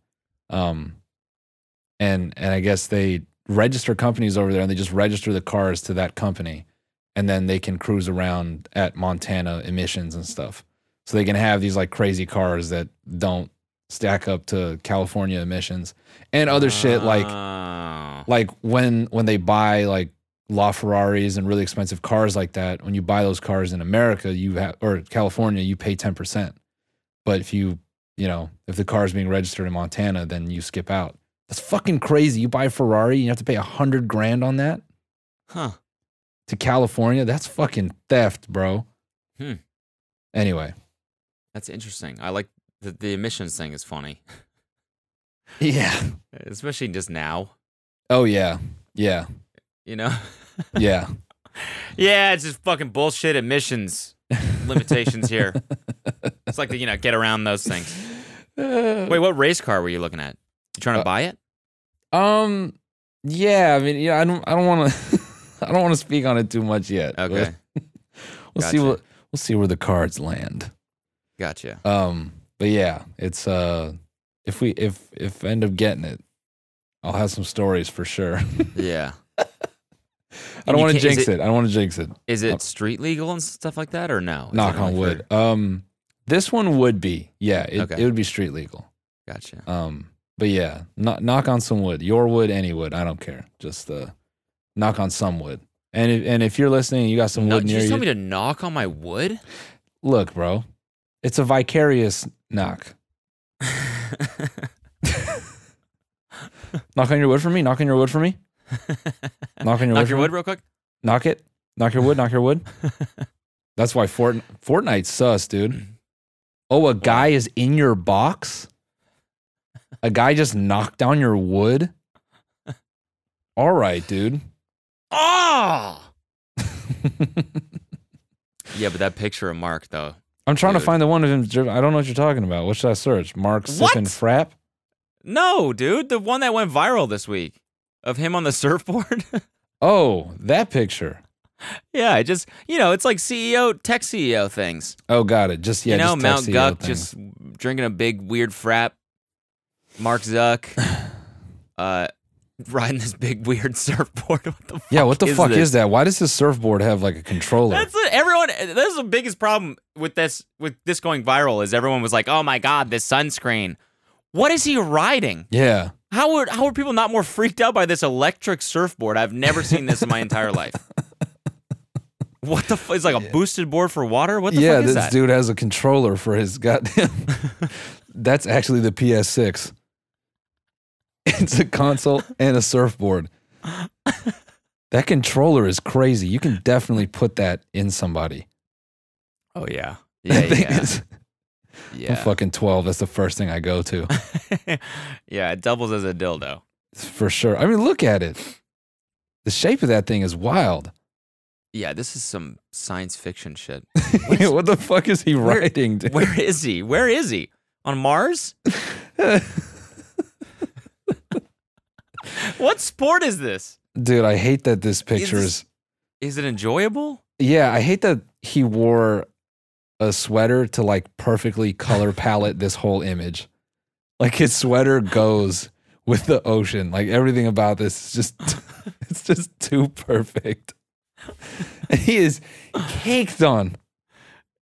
[SPEAKER 2] Um, and and I guess they register companies over there, and they just register the cars to that company, and then they can cruise around at Montana emissions and stuff. So they can have these like crazy cars that don't stack up to California emissions and other shit like
[SPEAKER 1] Oh.
[SPEAKER 2] like when when they buy like LaFerraris and really expensive cars like that, when you buy those cars in America, you have or California, you pay ten percent. But if you you know if the car is being registered in Montana, then you skip out. That's fucking crazy. You buy a Ferrari, you have to pay a hundred grand on that
[SPEAKER 1] Huh.
[SPEAKER 2] to California. That's fucking theft, bro.
[SPEAKER 1] Hmm.
[SPEAKER 2] Anyway,
[SPEAKER 1] That's interesting. I like the, the emissions thing is funny,
[SPEAKER 2] yeah.
[SPEAKER 1] especially just now.
[SPEAKER 2] Oh yeah, yeah,
[SPEAKER 1] You know?
[SPEAKER 2] yeah.
[SPEAKER 1] yeah, it's just fucking bullshit emissions limitations here. It's like to you know get around those things. Wait, what race car were you looking at? You trying to
[SPEAKER 2] Uh,
[SPEAKER 1] buy it?
[SPEAKER 2] Um. Yeah. I mean. Yeah. I don't. I don't want to. I don't want to speak on it too much yet. but
[SPEAKER 1] Okay,
[SPEAKER 2] We'll see
[SPEAKER 1] gotcha.
[SPEAKER 2] what. We'll see where the cards land.
[SPEAKER 1] gotcha.
[SPEAKER 2] Um. But yeah, it's uh. If we if if I end up getting it, I'll have some stories for sure.
[SPEAKER 1] Yeah.
[SPEAKER 2] I
[SPEAKER 1] you
[SPEAKER 2] don't want to
[SPEAKER 1] can't- is
[SPEAKER 2] jinx it, I don't want to jinx it.
[SPEAKER 1] Is it street legal and stuff like that, or no? Oh, Is it
[SPEAKER 2] Knock
[SPEAKER 1] only
[SPEAKER 2] on
[SPEAKER 1] for-
[SPEAKER 2] wood. Um. This one would be. Yeah. It,
[SPEAKER 1] Okay.
[SPEAKER 2] it would be street legal.
[SPEAKER 1] Gotcha.
[SPEAKER 2] Um. But yeah, knock knock on some wood. Your wood, any wood. I don't care. Just uh, Knock on some wood. And if, and if you're listening, and you got some
[SPEAKER 1] No,
[SPEAKER 2] wood
[SPEAKER 1] did you
[SPEAKER 2] near
[SPEAKER 1] just
[SPEAKER 2] you.
[SPEAKER 1] tell me to knock on my wood?
[SPEAKER 2] look, bro, it's a vicarious knock. Knock on your wood for me. Knock on your wood for me. Knock on your wood.
[SPEAKER 1] knock
[SPEAKER 2] for
[SPEAKER 1] your
[SPEAKER 2] me.
[SPEAKER 1] wood real quick.
[SPEAKER 2] Knock it. Knock your wood. Knock your wood. That's why Fortnite, Fortnite's sus, dude. Oh, a guy is in your box? A guy just knocked down your wood? All right, dude.
[SPEAKER 1] Ah. yeah, but that picture of Mark though.
[SPEAKER 2] I'm trying to
[SPEAKER 1] Dude.
[SPEAKER 2] find the one of him. dri- I don't know what you're talking about. What should I search? Mark Sippin'
[SPEAKER 1] What?
[SPEAKER 2] Frap?
[SPEAKER 1] No, dude, the one that went viral this week of him on the surfboard.
[SPEAKER 2] Oh, that picture.
[SPEAKER 1] yeah, I just you know, it's like CEO tech CEO things.
[SPEAKER 2] Oh, got it. Just, yeah,
[SPEAKER 1] you know,
[SPEAKER 2] just E
[SPEAKER 1] Mount
[SPEAKER 2] text the
[SPEAKER 1] Guck
[SPEAKER 2] old thing.
[SPEAKER 1] just drinking a big weird frap. Mark Zuck, uh, riding this big weird surfboard. What the fuck
[SPEAKER 2] Yeah, what the
[SPEAKER 1] is
[SPEAKER 2] fuck
[SPEAKER 1] this?
[SPEAKER 2] is that? Why does his surfboard have like a controller?
[SPEAKER 1] That's it. everyone. That's the biggest problem with this with this going viral is everyone was like, "Oh my god, this sunscreen." What is he riding?
[SPEAKER 2] yeah.
[SPEAKER 1] How are how are people not more freaked out by this electric surfboard? I've never seen this in my entire life. What the fuck? It's like a boosted board for water. What the
[SPEAKER 2] yeah,
[SPEAKER 1] fuck is
[SPEAKER 2] this
[SPEAKER 1] that?
[SPEAKER 2] dude has a controller for his goddamn. That's actually the PS6. It's a console and a surfboard. That controller is crazy. You can definitely put that in somebody.
[SPEAKER 1] Oh yeah,
[SPEAKER 2] I
[SPEAKER 1] yeah,
[SPEAKER 2] think
[SPEAKER 1] yeah,
[SPEAKER 2] it's- I'm
[SPEAKER 1] yeah.
[SPEAKER 2] fucking 12. That's the first thing I go to
[SPEAKER 1] yeah, it doubles as a dildo.
[SPEAKER 2] for sure. I mean, look at it. The shape of that thing is wild.
[SPEAKER 1] Yeah, this is some science fiction shit.
[SPEAKER 2] What, the fuck is he
[SPEAKER 1] Where-
[SPEAKER 2] writing? dude?
[SPEAKER 1] Where is he? Where is he? On Mars? What sport is this?
[SPEAKER 2] Dude, I hate that this picture
[SPEAKER 1] this-
[SPEAKER 2] is
[SPEAKER 1] Is it enjoyable?
[SPEAKER 2] Yeah, I hate that he wore a sweater to like perfectly color palette this whole image. Like his sweater goes with the ocean. Like everything about this is just it's just too perfect. And he is caked on.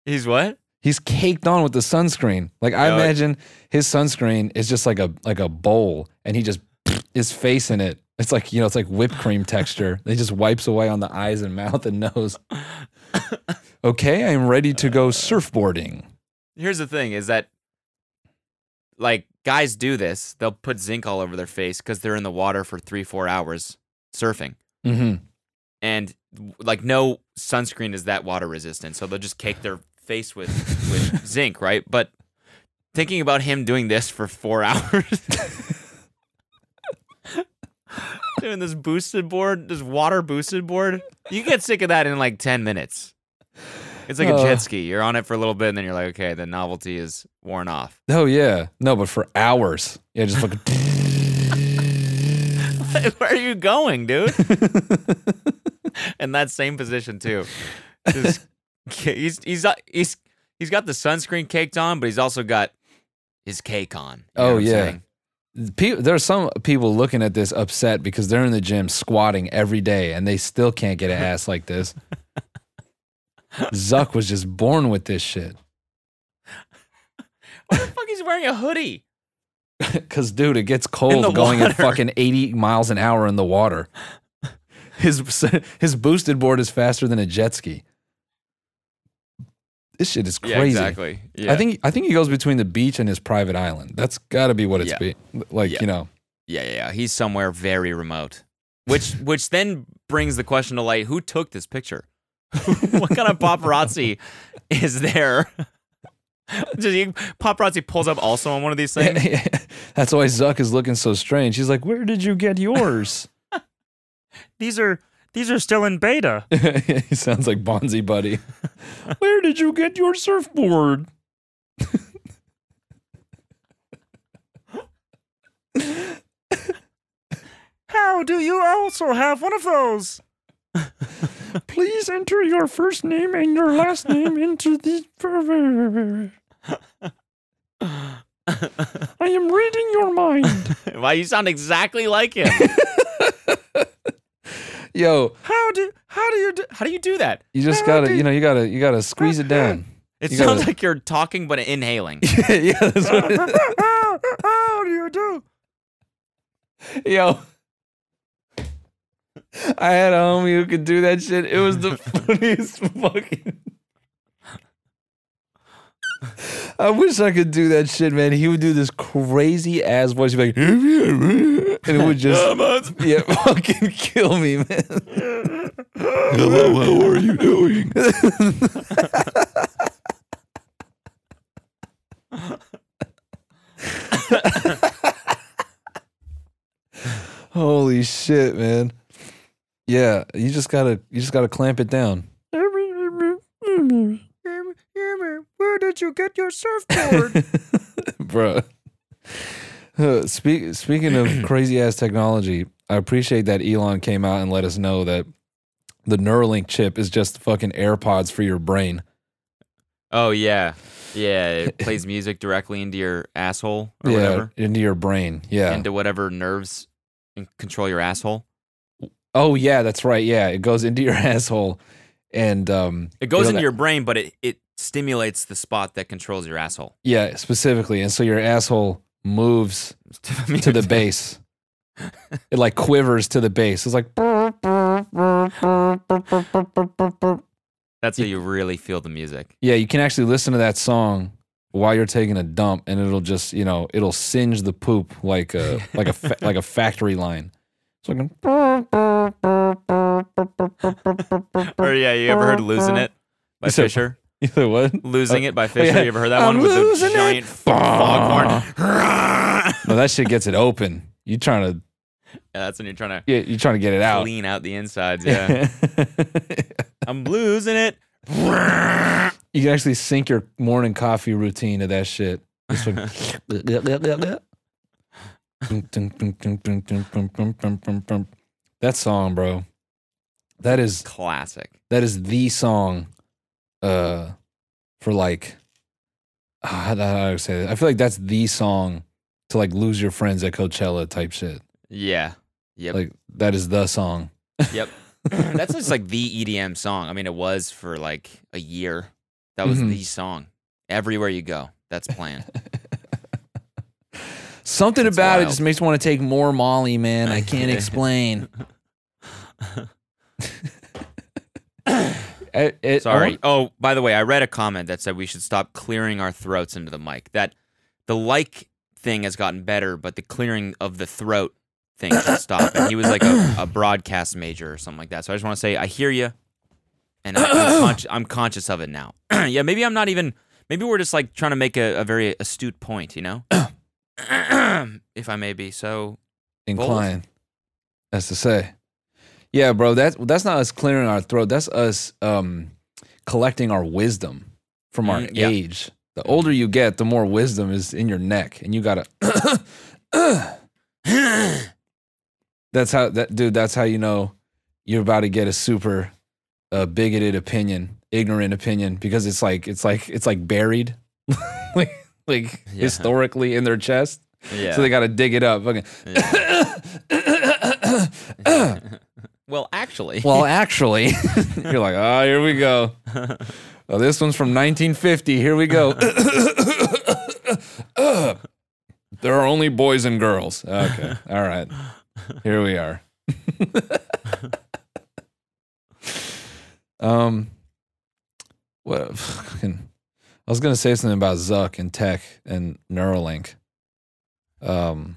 [SPEAKER 1] He's what?
[SPEAKER 2] He's caked on with the sunscreen. Like I
[SPEAKER 1] Yeah, like-
[SPEAKER 2] imagine his sunscreen is just like a like a bowl and he just is facing it. It's like, you know, it's like whipped cream texture. He just wipes away on the eyes and mouth and nose. Okay, I am ready to go surfboarding.
[SPEAKER 1] Here's the thing is that like guys do this. They'll put zinc all over their face because they're in the water for three, four hours surfing.
[SPEAKER 2] Mm-hmm.
[SPEAKER 1] And like no sunscreen is that water resistant. So they'll just cake their face with, with zinc, right? But thinking about him doing this for four hours. Doing this boosted board, this water boosted board. You get sick of that in like 10 minutes. It's like a
[SPEAKER 2] Uh.
[SPEAKER 1] jet ski. You're on it for a little bit and then you're like, okay, the novelty is worn off.
[SPEAKER 2] Oh yeah, no, but for hours. Yeah, just fucking.
[SPEAKER 1] Where are you going, dude? In that same position too. Just- he's he's uh, he's he's got the sunscreen caked on, but he's also got his cake on. You know
[SPEAKER 2] Oh,
[SPEAKER 1] what I'm
[SPEAKER 2] yeah.
[SPEAKER 1] saying?
[SPEAKER 2] Pe- there are some people looking at this upset because they're in the gym squatting every day and they still can't get an ass like this. Zuck was just born with this shit.
[SPEAKER 1] Why the fuck he's wearing a hoodie?
[SPEAKER 2] Cause dude, it gets cold going at
[SPEAKER 1] water.
[SPEAKER 2] fucking eighty miles an hour in the water. His his boosted board is faster than a jet ski. This shit is crazy.
[SPEAKER 1] Yeah, exactly. Yeah.
[SPEAKER 2] I think I think he goes between the beach and his private island. That's got to be what it's
[SPEAKER 1] Yeah.
[SPEAKER 2] be like.
[SPEAKER 1] Yeah.
[SPEAKER 2] You know,
[SPEAKER 1] yeah, yeah, yeah. He's somewhere very remote. Which which then brings the question to light, who took this picture? what kind of paparazzi is there? Just, you- paparazzi pulls up also on one of these things.
[SPEAKER 2] that's why Zuck is looking so strange. He's like, "Where did you get yours?"
[SPEAKER 4] These are these are still in beta.
[SPEAKER 2] he sounds like Bonzi Buddy. Where did you get your surfboard?
[SPEAKER 4] How do you also have one of those?
[SPEAKER 2] Please enter your first name and your last name into the. I am reading your mind.
[SPEAKER 1] Why you sound exactly like him?
[SPEAKER 2] Yo,
[SPEAKER 1] how do how do you do, how do you do that?
[SPEAKER 2] you just gotta, you know, you gotta, you gotta squeeze it down.
[SPEAKER 1] It
[SPEAKER 2] You gotta-
[SPEAKER 1] sounds like you're talking but inhaling.
[SPEAKER 2] yeah, that's what it is.
[SPEAKER 4] How do you do?
[SPEAKER 2] Yo. I had a homie who could do that shit. It was the funniest fucking. I wish I could do that shit, man. He would do this crazy ass voice, he'd be like, and it would just, yeah, fucking kill me, man. Hello, how are you doing? Holy shit, man. Yeah, you just gotta, you just gotta clamp it down.
[SPEAKER 4] Where did you get your surfboard?
[SPEAKER 2] Bruh. Uh, Speak, speaking of crazy ass technology, I appreciate that Elon came out and let us know that the Neuralink chip is just fucking AirPods for your brain.
[SPEAKER 1] Oh yeah, yeah. It plays music directly into your asshole or
[SPEAKER 2] yeah,
[SPEAKER 1] whatever,
[SPEAKER 2] into your brain. Yeah.
[SPEAKER 1] into whatever nerves and control your asshole.
[SPEAKER 2] oh yeah, that's right. Yeah, it goes into your asshole, and um,
[SPEAKER 1] It goes
[SPEAKER 2] know
[SPEAKER 1] into
[SPEAKER 2] that-
[SPEAKER 1] your brain, but it it stimulates the spot that controls your asshole.
[SPEAKER 2] yeah, specifically, and so your asshole moves
[SPEAKER 1] I mean,
[SPEAKER 2] to the base. it like quivers to the base. It's like
[SPEAKER 1] That's how you really feel the music.
[SPEAKER 2] Yeah, you can actually listen to that song while you're taking a dump, and it'll just you know it'll singe the poop like a like a fa- like a factory line. It's like
[SPEAKER 1] Or Oh, yeah, you ever heard "Losing It" by
[SPEAKER 2] You said-
[SPEAKER 1] Fisher?
[SPEAKER 2] you know what?
[SPEAKER 1] Losing It by Fisher.
[SPEAKER 2] yeah.
[SPEAKER 1] You ever heard that one
[SPEAKER 2] I'm
[SPEAKER 1] with the
[SPEAKER 2] losing it.
[SPEAKER 1] giant f- foghorn? Yeah,
[SPEAKER 2] No, that shit gets it open. You trying to
[SPEAKER 1] that's when you're trying to
[SPEAKER 2] yeah, you trying to get it out.
[SPEAKER 1] clean out the insides. Yeah, I'm losing it.
[SPEAKER 2] you can actually sync your morning coffee routine to that shit. It's like- that song, bro. That is
[SPEAKER 1] Classic.
[SPEAKER 2] that is the song uh for like ah, how do I say that? I feel like that's the song to like lose your friends at Coachella type shit.
[SPEAKER 1] Yeah. Yep.
[SPEAKER 2] Like that is the song.
[SPEAKER 1] Yep. That's just like the EDM song. I mean, it was for like a year. That was
[SPEAKER 2] Mhm.
[SPEAKER 1] the song. Everywhere you go, that's playing.
[SPEAKER 2] Something
[SPEAKER 1] That's
[SPEAKER 2] about it
[SPEAKER 1] wild.
[SPEAKER 2] just makes me want to take more Molly, man. I can't explain. I- it- I
[SPEAKER 1] Sorry.
[SPEAKER 2] want-
[SPEAKER 1] Oh, by the way, I read a comment that said we should stop clearing our throats into the mic. That the like thing has gotten better, but the clearing of the throat thing should stop. And he was like a, a broadcast major or something like that. So I just want to say I hear you, and I, I'm, consci- I'm conscious of it now. yeah, maybe I'm not even. Maybe we're just like trying to make a, a very astute point, you know? if I may be so.
[SPEAKER 2] inclined. That's to say. Yeah, bro, that's that's not us clearing our throat. That's us um collecting our wisdom from our
[SPEAKER 1] Mm, yeah.
[SPEAKER 2] age. The older you get, the more wisdom is in your neck. And you gotta that's how that dude, that's how you know you're about to get a super uh, bigoted opinion, ignorant opinion, because it's like it's like it's like buried like like
[SPEAKER 1] Yeah.
[SPEAKER 2] historically in their chest.
[SPEAKER 1] Yeah.
[SPEAKER 2] So they gotta dig it up. Fucking
[SPEAKER 1] yeah. well, actually.
[SPEAKER 2] well, actually, you're like, oh, here we go. Oh, this one's from 1950. Here we go. there are only boys and girls. Okay. All right. Here we are. um, what? Fucking, I was gonna say something about Zuck and tech and Neuralink. Um.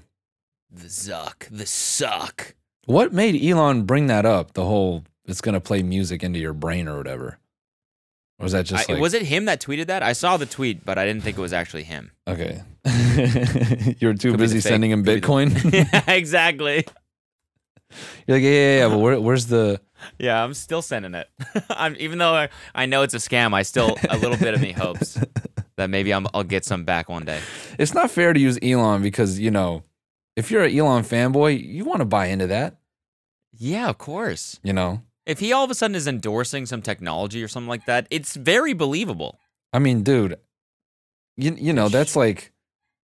[SPEAKER 1] the Zuck. The suck.
[SPEAKER 2] What made Elon bring that up? The whole it's going to play music into your brain or whatever. Or was that just
[SPEAKER 1] I,
[SPEAKER 2] like
[SPEAKER 1] was it him that tweeted that? I saw the tweet, but I didn't think it was actually him.
[SPEAKER 2] okay? you were too
[SPEAKER 1] Could be the
[SPEAKER 2] busy
[SPEAKER 1] fake-
[SPEAKER 2] sending him
[SPEAKER 1] could be the-
[SPEAKER 2] Bitcoin.
[SPEAKER 1] exactly.
[SPEAKER 2] You're like, yeah, yeah, yeah, but where, where's the?
[SPEAKER 1] Yeah, I'm still sending it. I'm even though I, I know it's a scam, I still a little bit of me hopes that maybe I'm, I'll get some back one day.
[SPEAKER 2] It's not fair to use Elon because you know, if you're an Elon fanboy, you want to buy into that.
[SPEAKER 1] Yeah, of course.
[SPEAKER 2] You know,
[SPEAKER 1] If he all of a sudden is endorsing some technology or something like that, it's very believable.
[SPEAKER 2] I mean, dude, you you know that's like,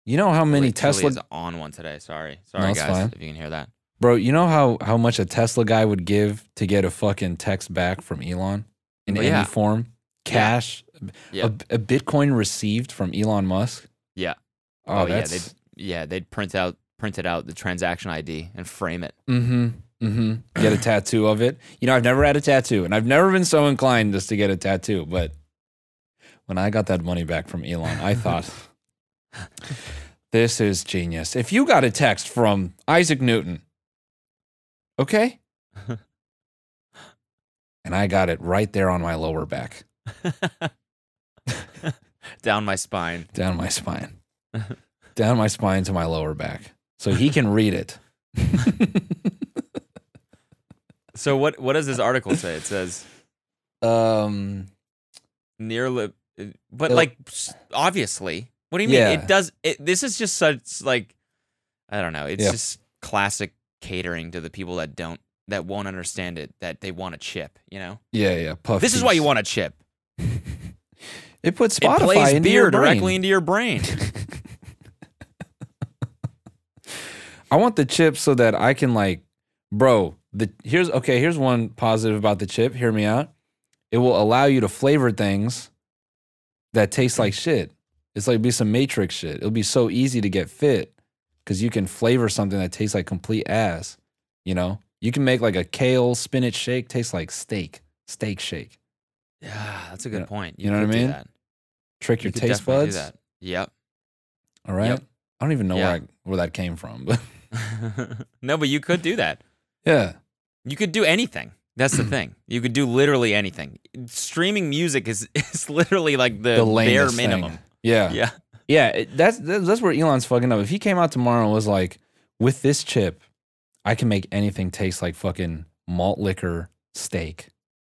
[SPEAKER 2] you know how many
[SPEAKER 1] Wait,
[SPEAKER 2] Tesla
[SPEAKER 1] Julie is on one today. Sorry, sorry
[SPEAKER 2] it's
[SPEAKER 1] guys,
[SPEAKER 2] fine.
[SPEAKER 1] if you can hear that.
[SPEAKER 2] Bro, you know how how much a Tesla guy would give to get a fucking text back from Elon in
[SPEAKER 1] Oh,
[SPEAKER 2] any
[SPEAKER 1] yeah.
[SPEAKER 2] form?
[SPEAKER 1] Yeah.
[SPEAKER 2] Cash, a-
[SPEAKER 1] Yeah.
[SPEAKER 2] a, Bitcoin received from Elon Musk.
[SPEAKER 1] Yeah. yeah,
[SPEAKER 2] Oh, that's
[SPEAKER 1] they'd, yeah, they'd print out printed out the transaction ID and frame it.
[SPEAKER 2] mm-hmm. hmm Get a tattoo of it. You know, I've never had a tattoo, and I've never been so inclined just to get a tattoo. But when I got that money back from Elon, I thought, this is genius. If you got a text from Isaac Newton, okay? and I got it right there on my lower back,
[SPEAKER 1] Down my spine.
[SPEAKER 2] down my spine, down my spine to my lower back. So he can read it.
[SPEAKER 1] So what? What does this article say? It says
[SPEAKER 2] Um,
[SPEAKER 1] near lip, but
[SPEAKER 2] Uh,
[SPEAKER 1] like s- obviously. What do you mean?
[SPEAKER 2] Yeah.
[SPEAKER 1] It does. It, this is just such like I don't know. It's
[SPEAKER 2] Yeah.
[SPEAKER 1] just classic catering to the people that don't that won't understand it that they want a chip. You know,
[SPEAKER 2] yeah, yeah. Puff
[SPEAKER 1] this is why
[SPEAKER 2] piece.
[SPEAKER 1] you want a chip.
[SPEAKER 2] It puts
[SPEAKER 1] it
[SPEAKER 2] Spotify
[SPEAKER 1] plays
[SPEAKER 2] into
[SPEAKER 1] beer
[SPEAKER 2] your brain.
[SPEAKER 1] directly into your brain.
[SPEAKER 2] I want the chip so that I can like, bro. The here's okay. Here's one positive about the chip. Hear me out. It will allow you to flavor things that taste like shit. It's like be some Matrix shit. It'll be so easy to get fit because you can flavor something that tastes like complete ass. You know, you can make like a kale spinach shake taste like steak, steak shake.
[SPEAKER 1] yeah, that's a
[SPEAKER 2] Yeah.
[SPEAKER 1] good point.
[SPEAKER 2] You know
[SPEAKER 1] could
[SPEAKER 2] what
[SPEAKER 1] do
[SPEAKER 2] I mean?
[SPEAKER 1] that.
[SPEAKER 2] Trick
[SPEAKER 1] You
[SPEAKER 2] your
[SPEAKER 1] could
[SPEAKER 2] taste
[SPEAKER 1] definitely do
[SPEAKER 2] buds.
[SPEAKER 1] that. Yep.
[SPEAKER 2] All right.
[SPEAKER 1] Yep.
[SPEAKER 2] I don't even know
[SPEAKER 1] Yeah.
[SPEAKER 2] where I, where that came from, but
[SPEAKER 1] no, but you could do that.
[SPEAKER 2] yeah.
[SPEAKER 1] You could do anything. That's the thing. You could do literally anything. Streaming music is is literally like the, bare
[SPEAKER 2] The lamest thing.
[SPEAKER 1] minimum.
[SPEAKER 2] Yeah.
[SPEAKER 1] Yeah.
[SPEAKER 2] Yeah, it, that's that's that's where Elon's fucking up. If he came out tomorrow and was like, with this chip, I can make anything taste like fucking malt liquor, steak,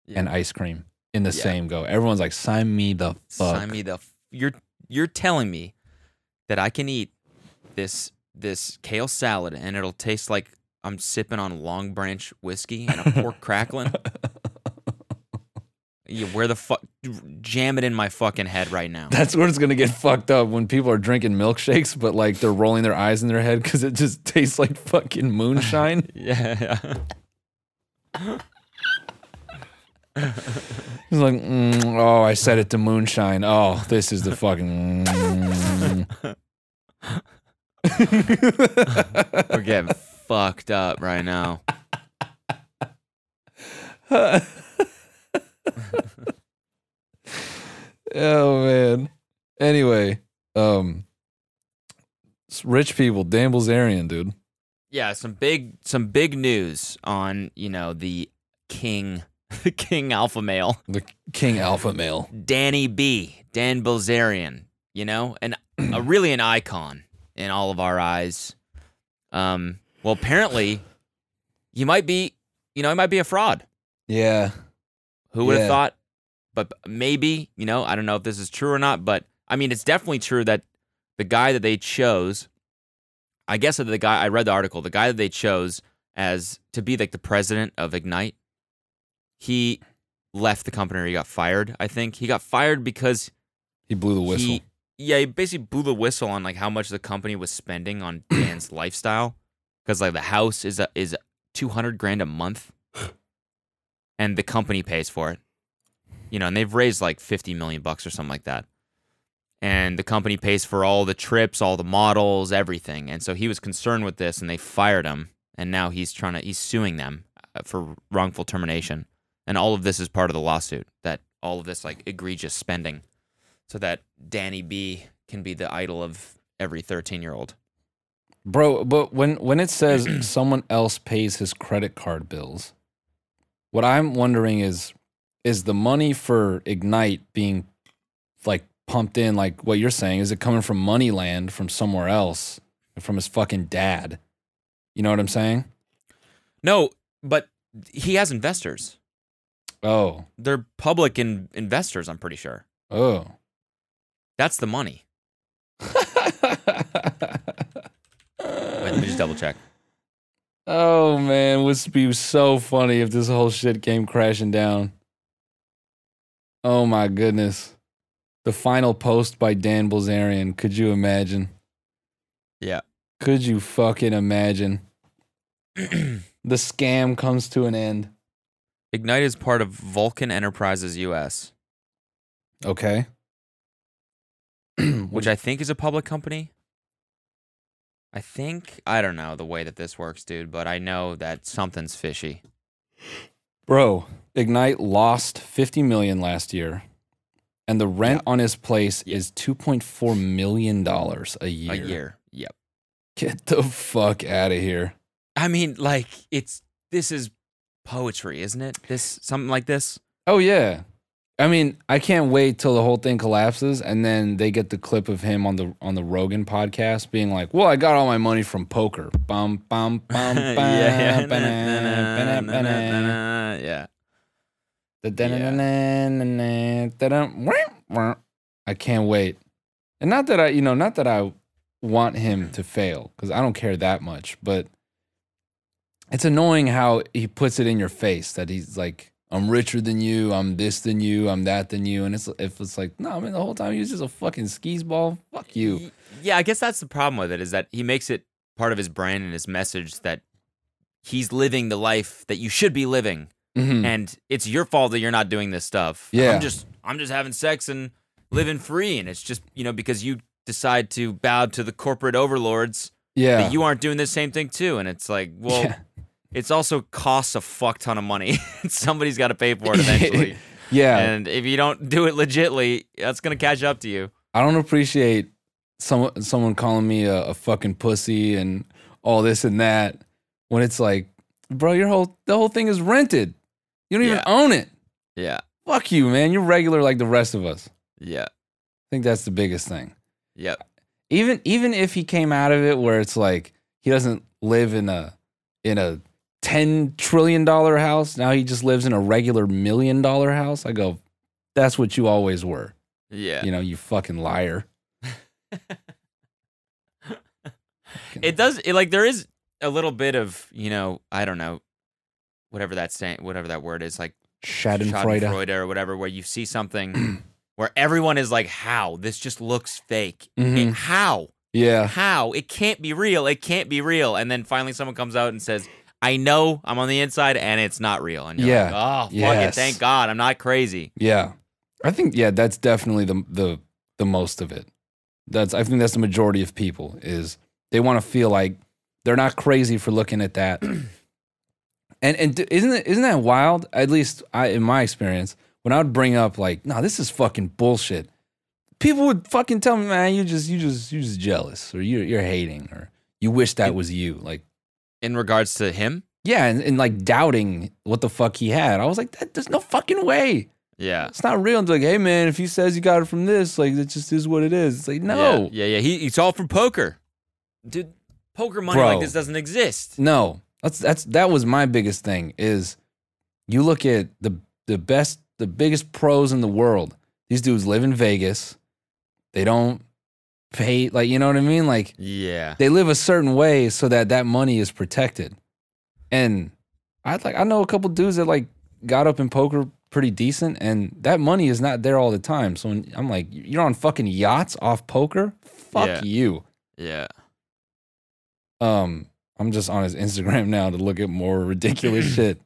[SPEAKER 1] Yeah.
[SPEAKER 2] and ice cream in the
[SPEAKER 1] Yeah.
[SPEAKER 2] same go. Everyone's like, sign me the fuck.
[SPEAKER 1] Sign me the. F- you're you're telling me that I can eat this this kale salad and it'll taste like I'm sipping on Long Branch whiskey and a pork crackling. Yeah, where the fuck? Jam it in my fucking head right now.
[SPEAKER 2] That's where it's gonna get fucked up when people are drinking milkshakes, but like they're rolling their eyes in their head because it just tastes like fucking moonshine.
[SPEAKER 1] yeah.
[SPEAKER 2] He's like, mm, oh, I said it to moonshine. Oh, this is the fucking.
[SPEAKER 1] We're getting fucked up right now.
[SPEAKER 2] Oh man. Anyway, um, s- rich people, Dan Bilzerian, dude.
[SPEAKER 1] Yeah, some big some big news on you know the king, the king alpha male.
[SPEAKER 2] The king alpha male.
[SPEAKER 1] Danny B, Dan Bilzerian, you know, and a, really an icon in all of our eyes. Um, well, apparently, you might be, you know, he might be a fraud.
[SPEAKER 2] Yeah.
[SPEAKER 1] Who would have
[SPEAKER 2] Yeah.
[SPEAKER 1] thought? But maybe, you know, I don't know if this is true or not, but I mean, it's definitely true that the guy that they chose, I guess that the guy, I read the article, the guy that they chose as to be like the president of Ignite, he left the company or he got fired, I think. He got fired because
[SPEAKER 2] He blew the whistle.
[SPEAKER 1] he, yeah, he basically blew the whistle on like how much the company was spending on Dan's lifestyle, because like the house is a, is two hundred grand a month, and the company pays for it. You know, and they've raised like fifty million bucks or something like that, and the company pays for all the trips, all the models, everything. And so he was concerned with this, and they fired him, and now he's trying to he's suing them uh, for wrongful termination, and all of this is part of the lawsuit that all of this like egregious spending so that Danny B can be the idol of every 13 year old.
[SPEAKER 2] Bro, but when when it says someone else pays his credit card bills, what I'm wondering is is the money for Ignite being like pumped in like what you're saying is it coming from Moneyland from somewhere else from his fucking dad? You know what I'm saying?
[SPEAKER 1] No, but he has investors.
[SPEAKER 2] Oh.
[SPEAKER 1] They're public in- investors, I'm pretty sure.
[SPEAKER 2] Oh.
[SPEAKER 1] That's the money. Wait, let me just double check.
[SPEAKER 2] oh man, would be so funny if this whole shit came crashing down. Oh my goodness. The final post by Dan Bilzerian. Could you imagine?
[SPEAKER 1] Yeah.
[SPEAKER 2] Could you fucking imagine? the scam comes to an end.
[SPEAKER 1] Ignite is part of Vulcan Enterprises US,
[SPEAKER 2] Okay.
[SPEAKER 1] which I think is a public company. I think I don't know the way that this works, dude, but I know that something's fishy.
[SPEAKER 2] Bro, Ignite lost 50 million last year, and the rent on his place
[SPEAKER 1] Yeah.
[SPEAKER 2] is 2.4 million dollars a year.
[SPEAKER 1] A year. Yep.
[SPEAKER 2] Get the fuck out of here.
[SPEAKER 1] I mean, like it's this is poetry, isn't it? This something like this.
[SPEAKER 2] Oh yeah. I mean, I can't wait till the whole thing collapses and then they get the clip of him on the on the Rogan podcast being like, "Well, I got all my money from poker." Bum bum bum bum.
[SPEAKER 1] yeah.
[SPEAKER 2] ba-na, ba-na, ba-na.
[SPEAKER 1] yeah.
[SPEAKER 2] Da-da-na-na-na-na, da-dum, wah, wah. I can't wait. And not that I, you know, not that I want him to fail cuz I don't care that much, but it's annoying how he puts it in your face that he's like I'm richer than you, I'm this than you, I'm that than you and it's if it's like no, I mean the whole time he was just a fucking skis ball. Fuck you.
[SPEAKER 1] Y- Yeah, I guess that's the problem with it is that he makes it part of his brand and his message that he's living the life that you should be living,
[SPEAKER 2] Mhm.
[SPEAKER 1] and it's your fault that you're not doing this stuff.
[SPEAKER 2] Yeah.
[SPEAKER 1] I'm just I'm just having sex and living free, and it's just you know because you decide to bow to the corporate overlords
[SPEAKER 2] yeah.
[SPEAKER 1] that you aren't doing the same thing too, and it's like well.
[SPEAKER 2] Yeah.
[SPEAKER 1] It's also costs a fuck ton of money. Somebody's got to pay for it eventually.
[SPEAKER 2] yeah.
[SPEAKER 1] And if you don't do it legitly, that's going to catch up to you.
[SPEAKER 2] I don't appreciate some someone calling me a, a fucking pussy and all this and that when it's like, bro, your whole the whole thing is rented. You don't even
[SPEAKER 1] Yeah.
[SPEAKER 2] own it.
[SPEAKER 1] Yeah.
[SPEAKER 2] Fuck you, man. You're regular like the rest of us. I
[SPEAKER 1] Yeah.
[SPEAKER 2] think that's the biggest thing.
[SPEAKER 1] Yep.
[SPEAKER 2] Even even if he came out of it where it's like he doesn't live in a in a ten trillion dollar house, now he just lives in a regular million dollar house. I go, that's what you always were.
[SPEAKER 1] Yeah.
[SPEAKER 2] You know, you fucking liar.
[SPEAKER 1] It does it, like there is a little bit of, you know, I don't know, whatever that saying whatever that word is, like
[SPEAKER 2] Schadenfreude.
[SPEAKER 1] Schadenfreude or whatever, where you see something where everyone is like, How? This just looks fake. It-
[SPEAKER 2] Mhm.
[SPEAKER 1] how?
[SPEAKER 2] Yeah.
[SPEAKER 1] How? It can't be real. It can't be real. And then finally someone comes out and says, I know I'm on the inside and it's not real. And you're
[SPEAKER 2] Yeah.
[SPEAKER 1] like, Oh fuck
[SPEAKER 2] Yes.
[SPEAKER 1] it, thank God. I'm not crazy.
[SPEAKER 2] Yeah. I think yeah, that's definitely the the the most of it. That's I think that's the majority of people is they want to feel like they're not crazy for looking at that. and and d- isn't it, isn't that wild? At least I in my experience, when I would bring up like, "No, this is fucking bullshit." People would fucking tell me, "Man, you just you just you just jealous or you are you're hating or you wish that was you." Like
[SPEAKER 1] In regards to him?
[SPEAKER 2] yeah, and, and like doubting what the fuck he had. I was like, that, there's no fucking way.
[SPEAKER 1] Yeah.
[SPEAKER 2] It's not real. It's like, hey man, if he says you got it from this, like it just is what it is. It's like, no,
[SPEAKER 1] Yeah, yeah. yeah. He, it's all from poker. Dude, poker money
[SPEAKER 2] Bro.
[SPEAKER 1] like this doesn't exist.
[SPEAKER 2] no. That's that's that was my biggest thing is you look at the the best the biggest pros in the world. These dudes live in Vegas. They don't pay like you know what I mean? Like
[SPEAKER 1] Yeah.
[SPEAKER 2] they live a certain way so that that money is protected. And I like I know a couple dudes that like got up in poker pretty decent, and that money is not there all the time. So when, I'm like, you're on fucking yachts off poker. Fuck
[SPEAKER 1] Yeah.
[SPEAKER 2] you.
[SPEAKER 1] Yeah.
[SPEAKER 2] Um, I'm just on his Instagram now to look at more ridiculous shit.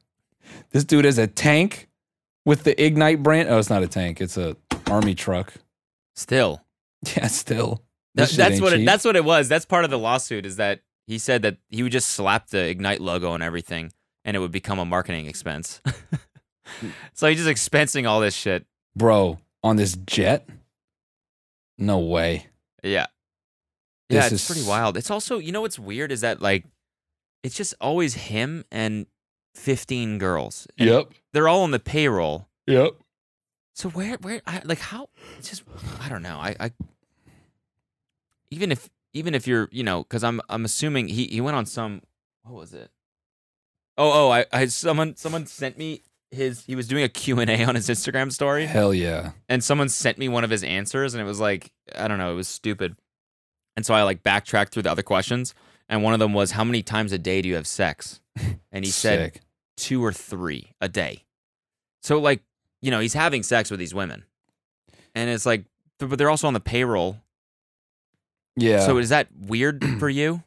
[SPEAKER 2] This dude has a tank with the Ignite brand. Oh, it's not a tank. It's a army truck.
[SPEAKER 1] Still.
[SPEAKER 2] Yeah, still.
[SPEAKER 1] That,
[SPEAKER 2] This shit
[SPEAKER 1] that's
[SPEAKER 2] ain't
[SPEAKER 1] what it,
[SPEAKER 2] cheap.
[SPEAKER 1] that's what it was. That's part of the lawsuit is that he said that he would just slap the Ignite logo and everything and it would become a marketing expense. so he's just expensing all this shit.
[SPEAKER 2] bro on this jet. No way.
[SPEAKER 1] Yeah. Yeah,
[SPEAKER 2] This
[SPEAKER 1] it's
[SPEAKER 2] is-
[SPEAKER 1] pretty wild. It's also, you know what's weird is that like it's just always him and 15 girls. And They're all on the payroll.
[SPEAKER 2] Yep.
[SPEAKER 1] So where where I like how it's just I don't know. I, I even if even if you're you know because I'm I'm assuming he he went on some what was it? Oh oh I, I someone someone sent me his he was doing a Q and A on his Instagram story
[SPEAKER 2] Hell yeah.
[SPEAKER 1] and someone sent me one of his answers and it was like I don't know it was stupid and so I like backtracked through the other questions and one of them was how many times a day do you have sex and he said
[SPEAKER 2] Sick.
[SPEAKER 1] two or three a day. So like, you know, he's having sex with these women. And it's like th- but they're also on the payroll.
[SPEAKER 2] "Yeah,
[SPEAKER 1] So is that weird for you?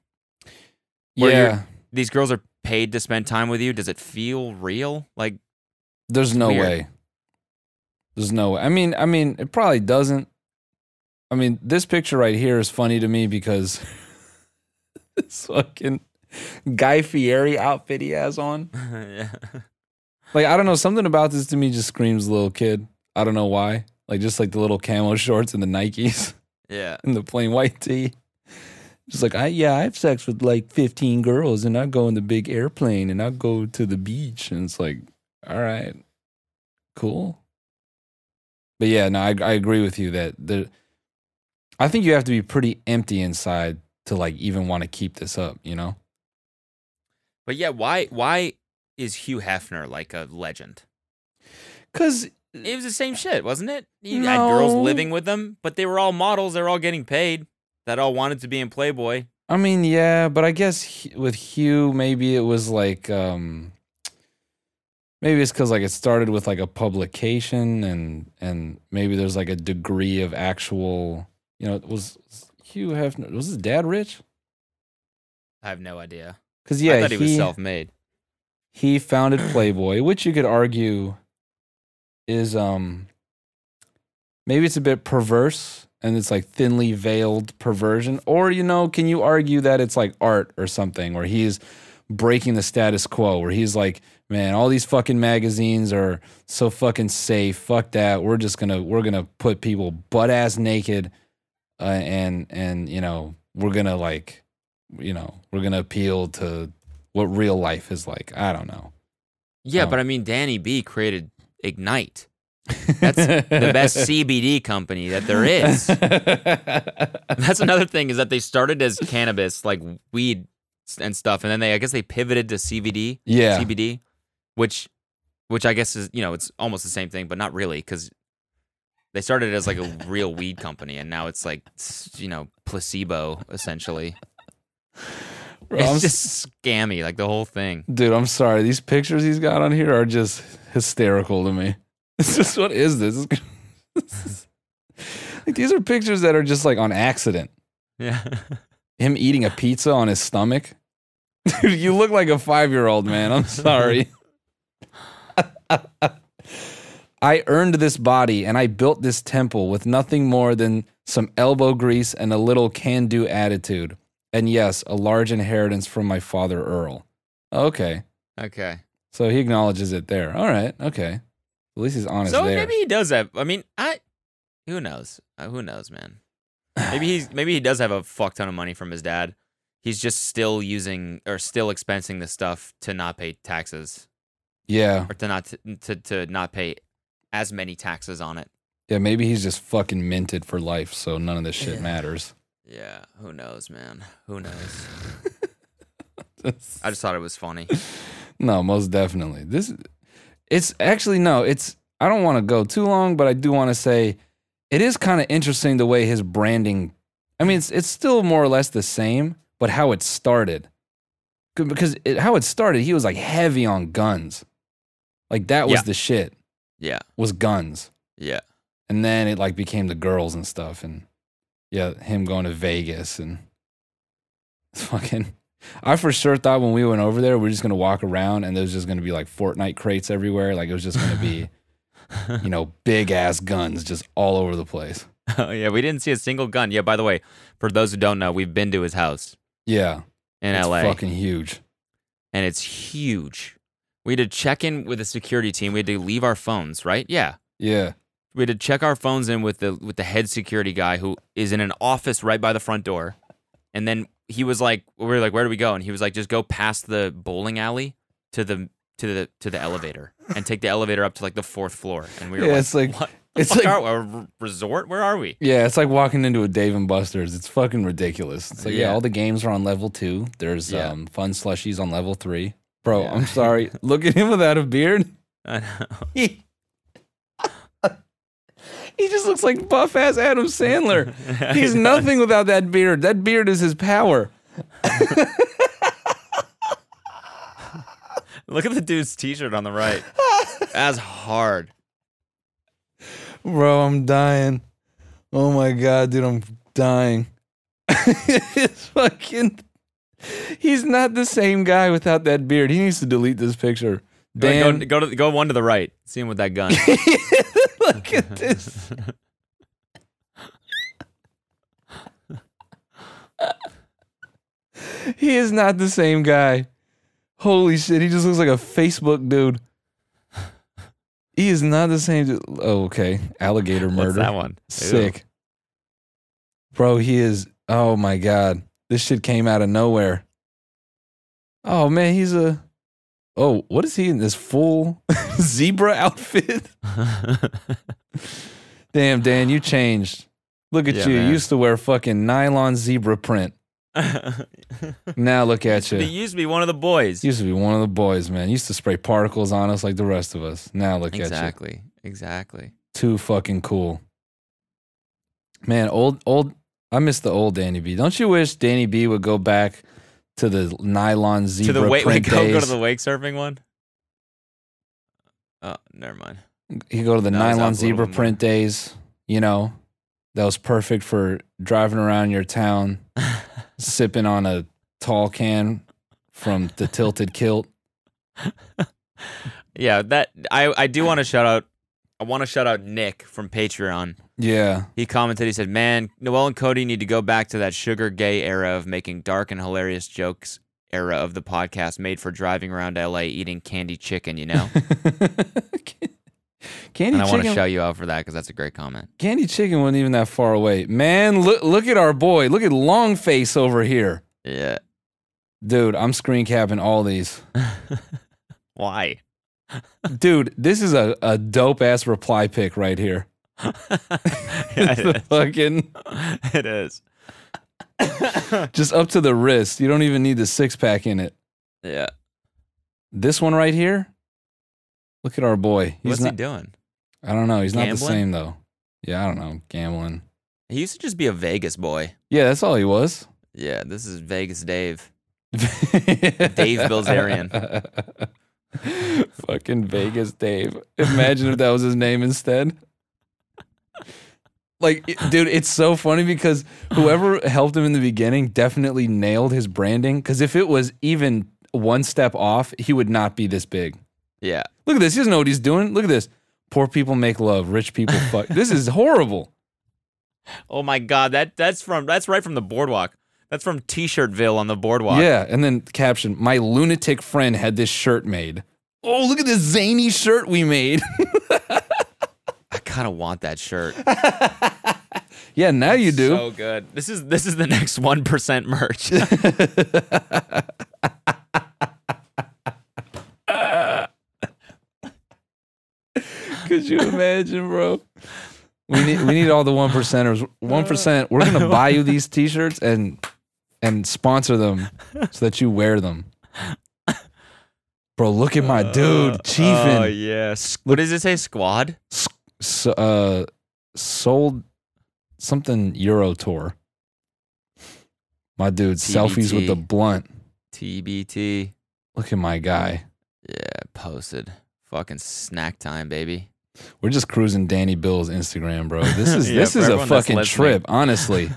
[SPEAKER 1] where you're-
[SPEAKER 2] yeah."
[SPEAKER 1] These girls are paid to spend time with you. Does it feel real? Like
[SPEAKER 2] There's no
[SPEAKER 1] weird.
[SPEAKER 2] way. There's no way. I mean, I mean, it probably doesn't. I mean, this picture right here is funny to me because this fucking Guy Fieri outfit he has on.
[SPEAKER 1] yeah.
[SPEAKER 2] Like I don't know, something about this to me just screams little kid. I don't know why. Like just like the little camo shorts and the Nikes
[SPEAKER 1] Yeah.
[SPEAKER 2] and the plain white tee. Just like I yeah, I have sex with like 15 girls and I go in the big airplane and I go to the beach and it's like, all right, cool. But yeah, no, I I agree with you that the I think you have to be pretty empty inside to like even want to keep this up, you know?
[SPEAKER 1] But yeah, why why is Hugh Hefner like a legend?
[SPEAKER 2] Cause
[SPEAKER 1] It was the same shit, wasn't it? You had girls
[SPEAKER 2] No.
[SPEAKER 1] living with him, but they were all models. They were all getting paid. That all wanted to be in Playboy.
[SPEAKER 2] I mean, yeah, but I guess Hu- with Hugh, maybe it was like, um, maybe it's because like it started with like a publication, and and maybe there's like a degree of actual, you know, was was Hugh Hefner was his dad rich?
[SPEAKER 1] I have no idea.
[SPEAKER 2] Because yeah,
[SPEAKER 1] I thought he, was self-made.
[SPEAKER 2] he founded Playboy, which you could argue is um maybe it's a bit perverse and it's like thinly veiled perversion or you know can you argue that it's like art or something where he's breaking the status quo where he's like man all these fucking magazines are so fucking safe fuck that we're just going to we're going to put people butt ass naked uh, and and you know we're going to like you know we're going to appeal to what real life is like i don't know
[SPEAKER 1] Yeah,
[SPEAKER 2] Oh.
[SPEAKER 1] but I mean, Danny B created Ignite, That's the best CBD company that there is. That's another thing is that they started as cannabis, like weed s- and stuff, and then they I guess they pivoted to CBD,
[SPEAKER 2] yeah.
[SPEAKER 1] CBD, which which I guess is you know it's almost the same thing, but not really because they started as like a real weed company, and now it's like s- you know placebo essentially.
[SPEAKER 2] Bro, I'm
[SPEAKER 1] it's
[SPEAKER 2] s-
[SPEAKER 1] just scammy, like the whole thing.
[SPEAKER 2] dude, I'm sorry. These pictures he's got on here are just hysterical to me. It's just what is this? This is- like these are pictures that are just like on accident.
[SPEAKER 1] Yeah,
[SPEAKER 2] Him eating a pizza on his stomach. Dude, you look like a five year old man. I'm sorry. I earned this body and I built this temple with nothing more than some elbow grease and a little can do attitude. And yes, a large inheritance from my father, Earl. Okay.
[SPEAKER 1] okay.
[SPEAKER 2] So he acknowledges it there. All right. Okay. At least he's honest
[SPEAKER 1] so
[SPEAKER 2] there.
[SPEAKER 1] maybe he does have. I mean, I who knows? Uh, who knows, man? Maybe he's maybe he does have a fuck ton of money from his dad. He's just still using or still expensing the stuff to not pay taxes
[SPEAKER 2] yeah.
[SPEAKER 1] or to not to to not pay as many taxes on it.
[SPEAKER 2] Yeah. Maybe he's just fucking minted for life. So none of this shit matters.
[SPEAKER 1] Yeah, who knows, man? Who knows? I just thought it was funny.
[SPEAKER 2] No, most definitely. This it's actually no, it's I don't want to go too long, but I do want to say it is kind of interesting the way his branding I mean, it's it's still more or less the same, but how it started. 'Cause- Because it, how it started, he was like heavy on guns. Like that was
[SPEAKER 1] Yeah.
[SPEAKER 2] the shit,
[SPEAKER 1] Yeah,
[SPEAKER 2] was guns.
[SPEAKER 1] yeah,
[SPEAKER 2] And then it like became the girls and stuff and yeah, him going to Vegas and fucking. I for sure thought when we went over there, we were just gonna walk around and there's just gonna be like Fortnite crates everywhere. Like it was just gonna be, you know, big ass guns just all over the place.
[SPEAKER 1] oh, yeah. We didn't see a single gun. Yeah. By the way, for those who don't know, we've been to his house
[SPEAKER 2] Yeah,
[SPEAKER 1] in
[SPEAKER 2] it's
[SPEAKER 1] L.A.
[SPEAKER 2] fucking huge.
[SPEAKER 1] and it's huge. We had to check in with the security team. We had to leave our phones, right? Yeah.
[SPEAKER 2] Yeah,
[SPEAKER 1] We had to check our phones in with the with the head security guy who is in an office right by the front door. And then he was like we were like, where do we go? And he was like, just go past the bowling alley to the to the to the elevator and take the elevator up to like the fourth floor. And we were
[SPEAKER 2] Yeah,
[SPEAKER 1] like,
[SPEAKER 2] it's like-
[SPEAKER 1] what the
[SPEAKER 2] it's
[SPEAKER 1] fuck
[SPEAKER 2] like-
[SPEAKER 1] are we? A r- resort? Where are we?
[SPEAKER 2] yeah, it's like walking into a Dave and Buster's. It's fucking ridiculous. It's like yeah,
[SPEAKER 1] Yeah.
[SPEAKER 2] all the games are on level two. There's
[SPEAKER 1] Yeah.
[SPEAKER 2] um fun slushies on level three. Bro,
[SPEAKER 1] Yeah.
[SPEAKER 2] I'm sorry. Look at him without a beard.
[SPEAKER 1] I know.
[SPEAKER 2] he he just looks like buff ass Adam Sandler. He's nothing without that beard. That beard is his power.
[SPEAKER 1] Look at the dude's t shirt on the right. As hard.
[SPEAKER 2] Bro, I'm dying. Oh my god, dude, I'm dying. it's fucking He's not the same guy without that beard. He needs to delete this picture.
[SPEAKER 1] Like,
[SPEAKER 2] Dan,
[SPEAKER 1] Go, go to the- go one to the right. See him with that gun.
[SPEAKER 2] look at this. He is not the same guy. Holy shit, he just looks like a Facebook dude. He is not the same. dude. Oh, okay, alligator murder.
[SPEAKER 1] What's that one? Ew.
[SPEAKER 2] Sick. Bro, he is oh my god. This shit came out of nowhere. Oh man, he's a Oh, what is he in this full zebra outfit? Damn, Dan, you changed. Look at
[SPEAKER 1] Yeah,
[SPEAKER 2] you. You
[SPEAKER 1] man.
[SPEAKER 2] Used to wear fucking nylon zebra print. Now look at
[SPEAKER 1] He
[SPEAKER 2] you.
[SPEAKER 1] used to be one of the boys.
[SPEAKER 2] Used to be one of the boys, man. Used to spray particles on us like the rest of us. Now look at you.
[SPEAKER 1] exactly. Exactly.
[SPEAKER 2] too fucking cool. Man, old old I miss the old Danny B. Don't you wish Danny B would go back to the nylon zebra
[SPEAKER 1] to the wait, wait,
[SPEAKER 2] print
[SPEAKER 1] go,
[SPEAKER 2] days?
[SPEAKER 1] go to the wake surfing one. Oh, never mind.
[SPEAKER 2] he go to the
[SPEAKER 1] No, it's up a
[SPEAKER 2] nylon
[SPEAKER 1] little
[SPEAKER 2] zebra
[SPEAKER 1] bit more.
[SPEAKER 2] print days, you know. That was perfect for driving around your town sipping on a tall can from the tilted kilt.
[SPEAKER 1] Yeah, that I I do want to shout out. I want to shout out Nick from Patreon.
[SPEAKER 2] Yeah.
[SPEAKER 1] He commented. He said, "Man, Noel and Cody need to go back to that sugar gay era of making dark and hilarious jokes." Era of the podcast made for driving around LA eating candy chicken, you know.
[SPEAKER 2] Candy
[SPEAKER 1] and I want to
[SPEAKER 2] chicken
[SPEAKER 1] shout you out for that because that's a great comment.
[SPEAKER 2] Candy Chicken wasn't even that far away. Man, look look at our boy. Look at Longface over here.
[SPEAKER 1] Yeah.
[SPEAKER 2] Dude, I'm screen capping all these.
[SPEAKER 1] Why?
[SPEAKER 2] Dude, this is a, a dope ass reply pick right here.
[SPEAKER 1] Yeah,
[SPEAKER 2] It's the
[SPEAKER 1] it
[SPEAKER 2] fucking
[SPEAKER 1] is. it is.
[SPEAKER 2] just up to the wrist. You don't even need the six pack in it.
[SPEAKER 1] Yeah.
[SPEAKER 2] This one right here. Look at our boy. He's
[SPEAKER 1] What's
[SPEAKER 2] not
[SPEAKER 1] he doing?
[SPEAKER 2] I don't know. He's not the
[SPEAKER 1] Gambling?
[SPEAKER 2] same though. Yeah, I don't know. Gambling.
[SPEAKER 1] He used to just be a Vegas boy.
[SPEAKER 2] Yeah, that's all he was.
[SPEAKER 1] Yeah, this is Vegas Dave.
[SPEAKER 2] Dave
[SPEAKER 1] Bilzerian.
[SPEAKER 2] Fucking Vegas Dave. Imagine if that was his name instead. Like, it- dude, it's so funny because whoever helped him in the beginning definitely nailed his branding. Because if it was even one step off, he would not be this big.
[SPEAKER 1] Yeah.
[SPEAKER 2] Look at this. He doesn't know what he's doing. Look at this. Poor people make love. Rich people fuck. this is horrible.
[SPEAKER 1] Oh my God, that that's from that's right from the boardwalk. That's from T-shirtville on the boardwalk.
[SPEAKER 2] Yeah, and then caption: My lunatic friend had this shirt made. Oh, look at this zany shirt we made.
[SPEAKER 1] I kind of want that shirt.
[SPEAKER 2] yeah, now you do.
[SPEAKER 1] So good. This is this is the next one percent merch.
[SPEAKER 2] Could you imagine, bro? We need we need all the one percenters. One percent. We're gonna buy you these T-shirts and and sponsor them so that you wear them. Bro, look at my dude,
[SPEAKER 1] Oh
[SPEAKER 2] Chiefin.
[SPEAKER 1] yeah. S- What does it say? Squad.
[SPEAKER 2] S- uh, sold something Euro tour. My dude, selfies with the
[SPEAKER 1] TBT.
[SPEAKER 2] blunt.
[SPEAKER 1] TBT.
[SPEAKER 2] Look at my guy.
[SPEAKER 1] Yeah. Posted. Fucking snack time, baby.
[SPEAKER 2] We're just cruising Danny Bill's Instagram, bro. This is
[SPEAKER 1] Yeah,
[SPEAKER 2] this
[SPEAKER 1] for
[SPEAKER 2] is a
[SPEAKER 1] everyone that's
[SPEAKER 2] fucking
[SPEAKER 1] listening.
[SPEAKER 2] trip, honestly.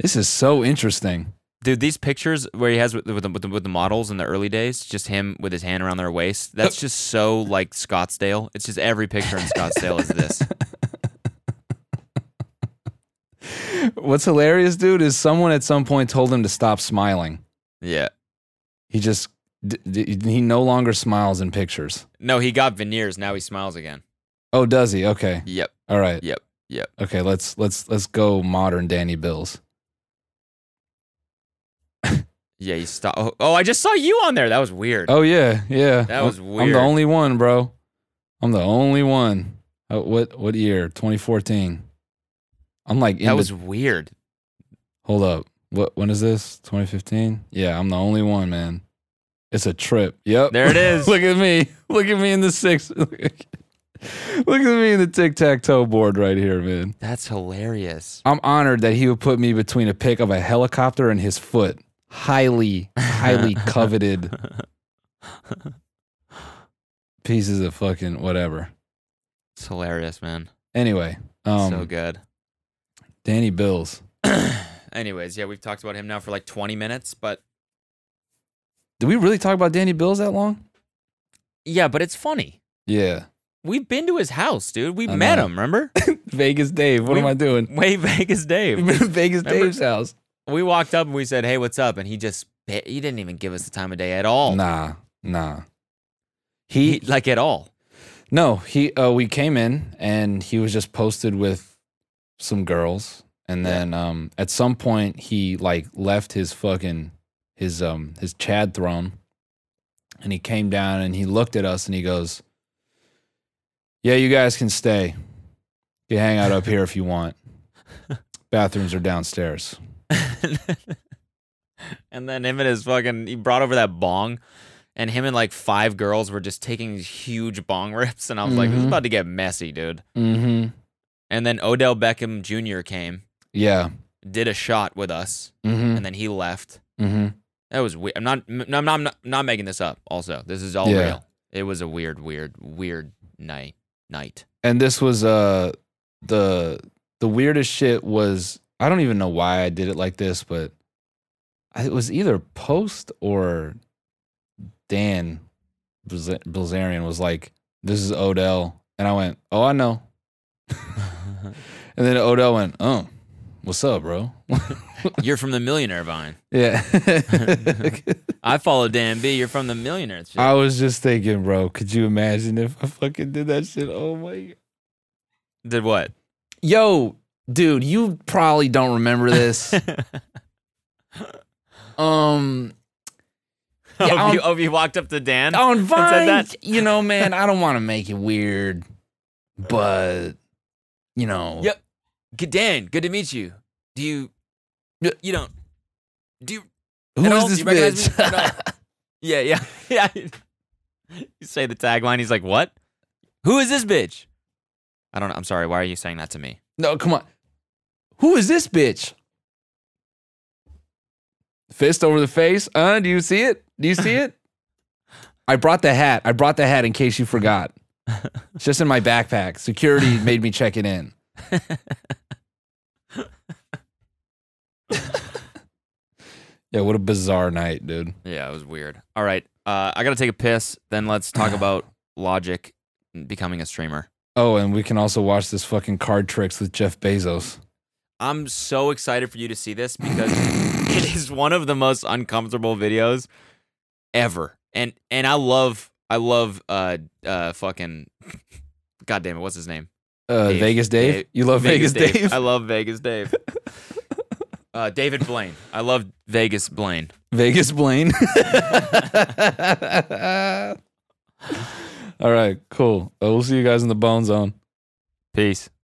[SPEAKER 2] this is so interesting.
[SPEAKER 1] Dude, these pictures where he has with, with, the, with, the, with the models in the early days, just him with his hand around their waist, that's just so like Scottsdale. It's just every picture in Scottsdale is this.
[SPEAKER 2] What's hilarious, dude, is someone at some point told him to stop smiling.
[SPEAKER 1] Yeah.
[SPEAKER 2] He just d- d- he no longer smiles in pictures.
[SPEAKER 1] No, he got veneers. Now he smiles again.
[SPEAKER 2] Oh, does he? Okay.
[SPEAKER 1] Yep.
[SPEAKER 2] All right.
[SPEAKER 1] Yep. Yep.
[SPEAKER 2] Okay, let's let's let's go modern Danny Bills.
[SPEAKER 1] Yeah, he stopped. Oh, oh, I just saw you on there. That was weird.
[SPEAKER 2] Oh yeah, yeah.
[SPEAKER 1] That
[SPEAKER 2] I'm-
[SPEAKER 1] was
[SPEAKER 2] I'm
[SPEAKER 1] weird.
[SPEAKER 2] the only one, bro. I'm the only one. Oh, what what year? 2014. I'm like in
[SPEAKER 1] that
[SPEAKER 2] bet-
[SPEAKER 1] was weird.
[SPEAKER 2] Hold up. What when is this? 2015? Yeah, I'm the only one, man. It's a trip. Yep.
[SPEAKER 1] There it is.
[SPEAKER 2] Look at me. Look at me in the six. Look at me in the tic tac toe board right here, man.
[SPEAKER 1] That's hilarious.
[SPEAKER 2] I'm honored that he would put me between a pick of a helicopter and his foot. Highly, highly coveted pieces of fucking whatever.
[SPEAKER 1] It's hilarious, man.
[SPEAKER 2] Anyway, um,
[SPEAKER 1] so good.
[SPEAKER 2] Danny Bills.
[SPEAKER 1] Anyways, yeah, we've talked about him now for like 20 minutes, but
[SPEAKER 2] Did we really talk about Danny Bills that long?
[SPEAKER 1] yeah, but it's funny.
[SPEAKER 2] Yeah.
[SPEAKER 1] We've been to his house, dude. We
[SPEAKER 2] I
[SPEAKER 1] met
[SPEAKER 2] know.
[SPEAKER 1] him, remember?
[SPEAKER 2] Vegas Dave. What
[SPEAKER 1] We-
[SPEAKER 2] am I doing?
[SPEAKER 1] Way Vegas Dave.
[SPEAKER 2] Vegas
[SPEAKER 1] Remember-
[SPEAKER 2] Dave's house.
[SPEAKER 1] we walked up and we said, "Hey, what's up?" And he just he didn't even give us the time of day at all.
[SPEAKER 2] Nah, nah.
[SPEAKER 1] Oh. He like at all.
[SPEAKER 2] No, he uh we came in and he was just posted with some girls and
[SPEAKER 1] Yeah.
[SPEAKER 2] then um at some point he like left his fucking his um his Chad throne and he came down and he looked at us and he goes Yeah, you guys can stay. You hang out up here if you want. Bathrooms are downstairs.
[SPEAKER 1] and then him and his fucking he brought over that bong and him and like five girls were just taking these huge bong rips and I was like, this is
[SPEAKER 2] Mhm.
[SPEAKER 1] about to get messy, dude.
[SPEAKER 2] Mm-hmm.
[SPEAKER 1] And then Odell Beckham Jr. came,
[SPEAKER 2] Yeah.
[SPEAKER 1] did a shot with us,
[SPEAKER 2] Mm-hmm.
[SPEAKER 1] and then he left.
[SPEAKER 2] Mm-hmm.
[SPEAKER 1] That was weird. I'm not m- no, I'm not, I'm not not making this up also. This is all
[SPEAKER 2] Yeah.
[SPEAKER 1] real. It was a weird, weird, weird night night.
[SPEAKER 2] and this was uh the the weirdest shit was I don't even know why I did it like this, but I- it was either post or Dan Blaza- Blazarian was like, "This is Odell," and I went, "Oh, I know." And then Odell went, "Oh, what's up, bro?"
[SPEAKER 1] You're from the millionaire vine.
[SPEAKER 2] yeah,
[SPEAKER 1] I follow Dan B. You're from the millionaire. shit.
[SPEAKER 2] I was just thinking, bro. Could you imagine if I fucking did that shit? Oh my god.
[SPEAKER 1] Did what?
[SPEAKER 2] Yo, dude, you probably don't remember this. um, Yeah, um,
[SPEAKER 1] oh,
[SPEAKER 2] I'm-
[SPEAKER 1] you, oh, you walked up to Dan.
[SPEAKER 2] on Vine,
[SPEAKER 1] that.
[SPEAKER 2] you know, man, I don't want to make it weird, but you know,
[SPEAKER 1] Yep. Good Dan, good to meet you. Do you
[SPEAKER 2] Yeah.
[SPEAKER 1] you don't do you
[SPEAKER 2] who
[SPEAKER 1] at
[SPEAKER 2] is
[SPEAKER 1] all?
[SPEAKER 2] this
[SPEAKER 1] Do you recognize me at
[SPEAKER 2] bitch?
[SPEAKER 1] all? Yeah, yeah. Yeah. You say the tagline, he's like, What? Who is this bitch? I don't know. I'm sorry, why are you saying that to me?
[SPEAKER 2] no, come on, who is this bitch? Fist over the face, uh? Do you see it? Do you see it? I brought the hat. I brought the hat in case you forgot. It's just in my backpack. Security made me check it in. yeah, what a bizarre night, dude.
[SPEAKER 1] Yeah, it was weird. All right. Uh, I gotta take a piss, then let's talk about logic and becoming a streamer.
[SPEAKER 2] Oh, and we can also watch this fucking card tricks with Jeff Bezos.
[SPEAKER 1] I'm so excited for you to see this because it is one of the most uncomfortable videos ever. And and I love I love uh uh fucking God damn it, what's his name?
[SPEAKER 2] Uh,
[SPEAKER 1] Dave.
[SPEAKER 2] Vegas Dave.
[SPEAKER 1] Dave.
[SPEAKER 2] You love Oh, Vegas, Dave.
[SPEAKER 1] I love Vegas Dave. uh David Blaine. I love Vegas Blaine.
[SPEAKER 2] Vegas Blaine. All right, cool. Uh, we'll see you guys in the bone zone.
[SPEAKER 1] Peace.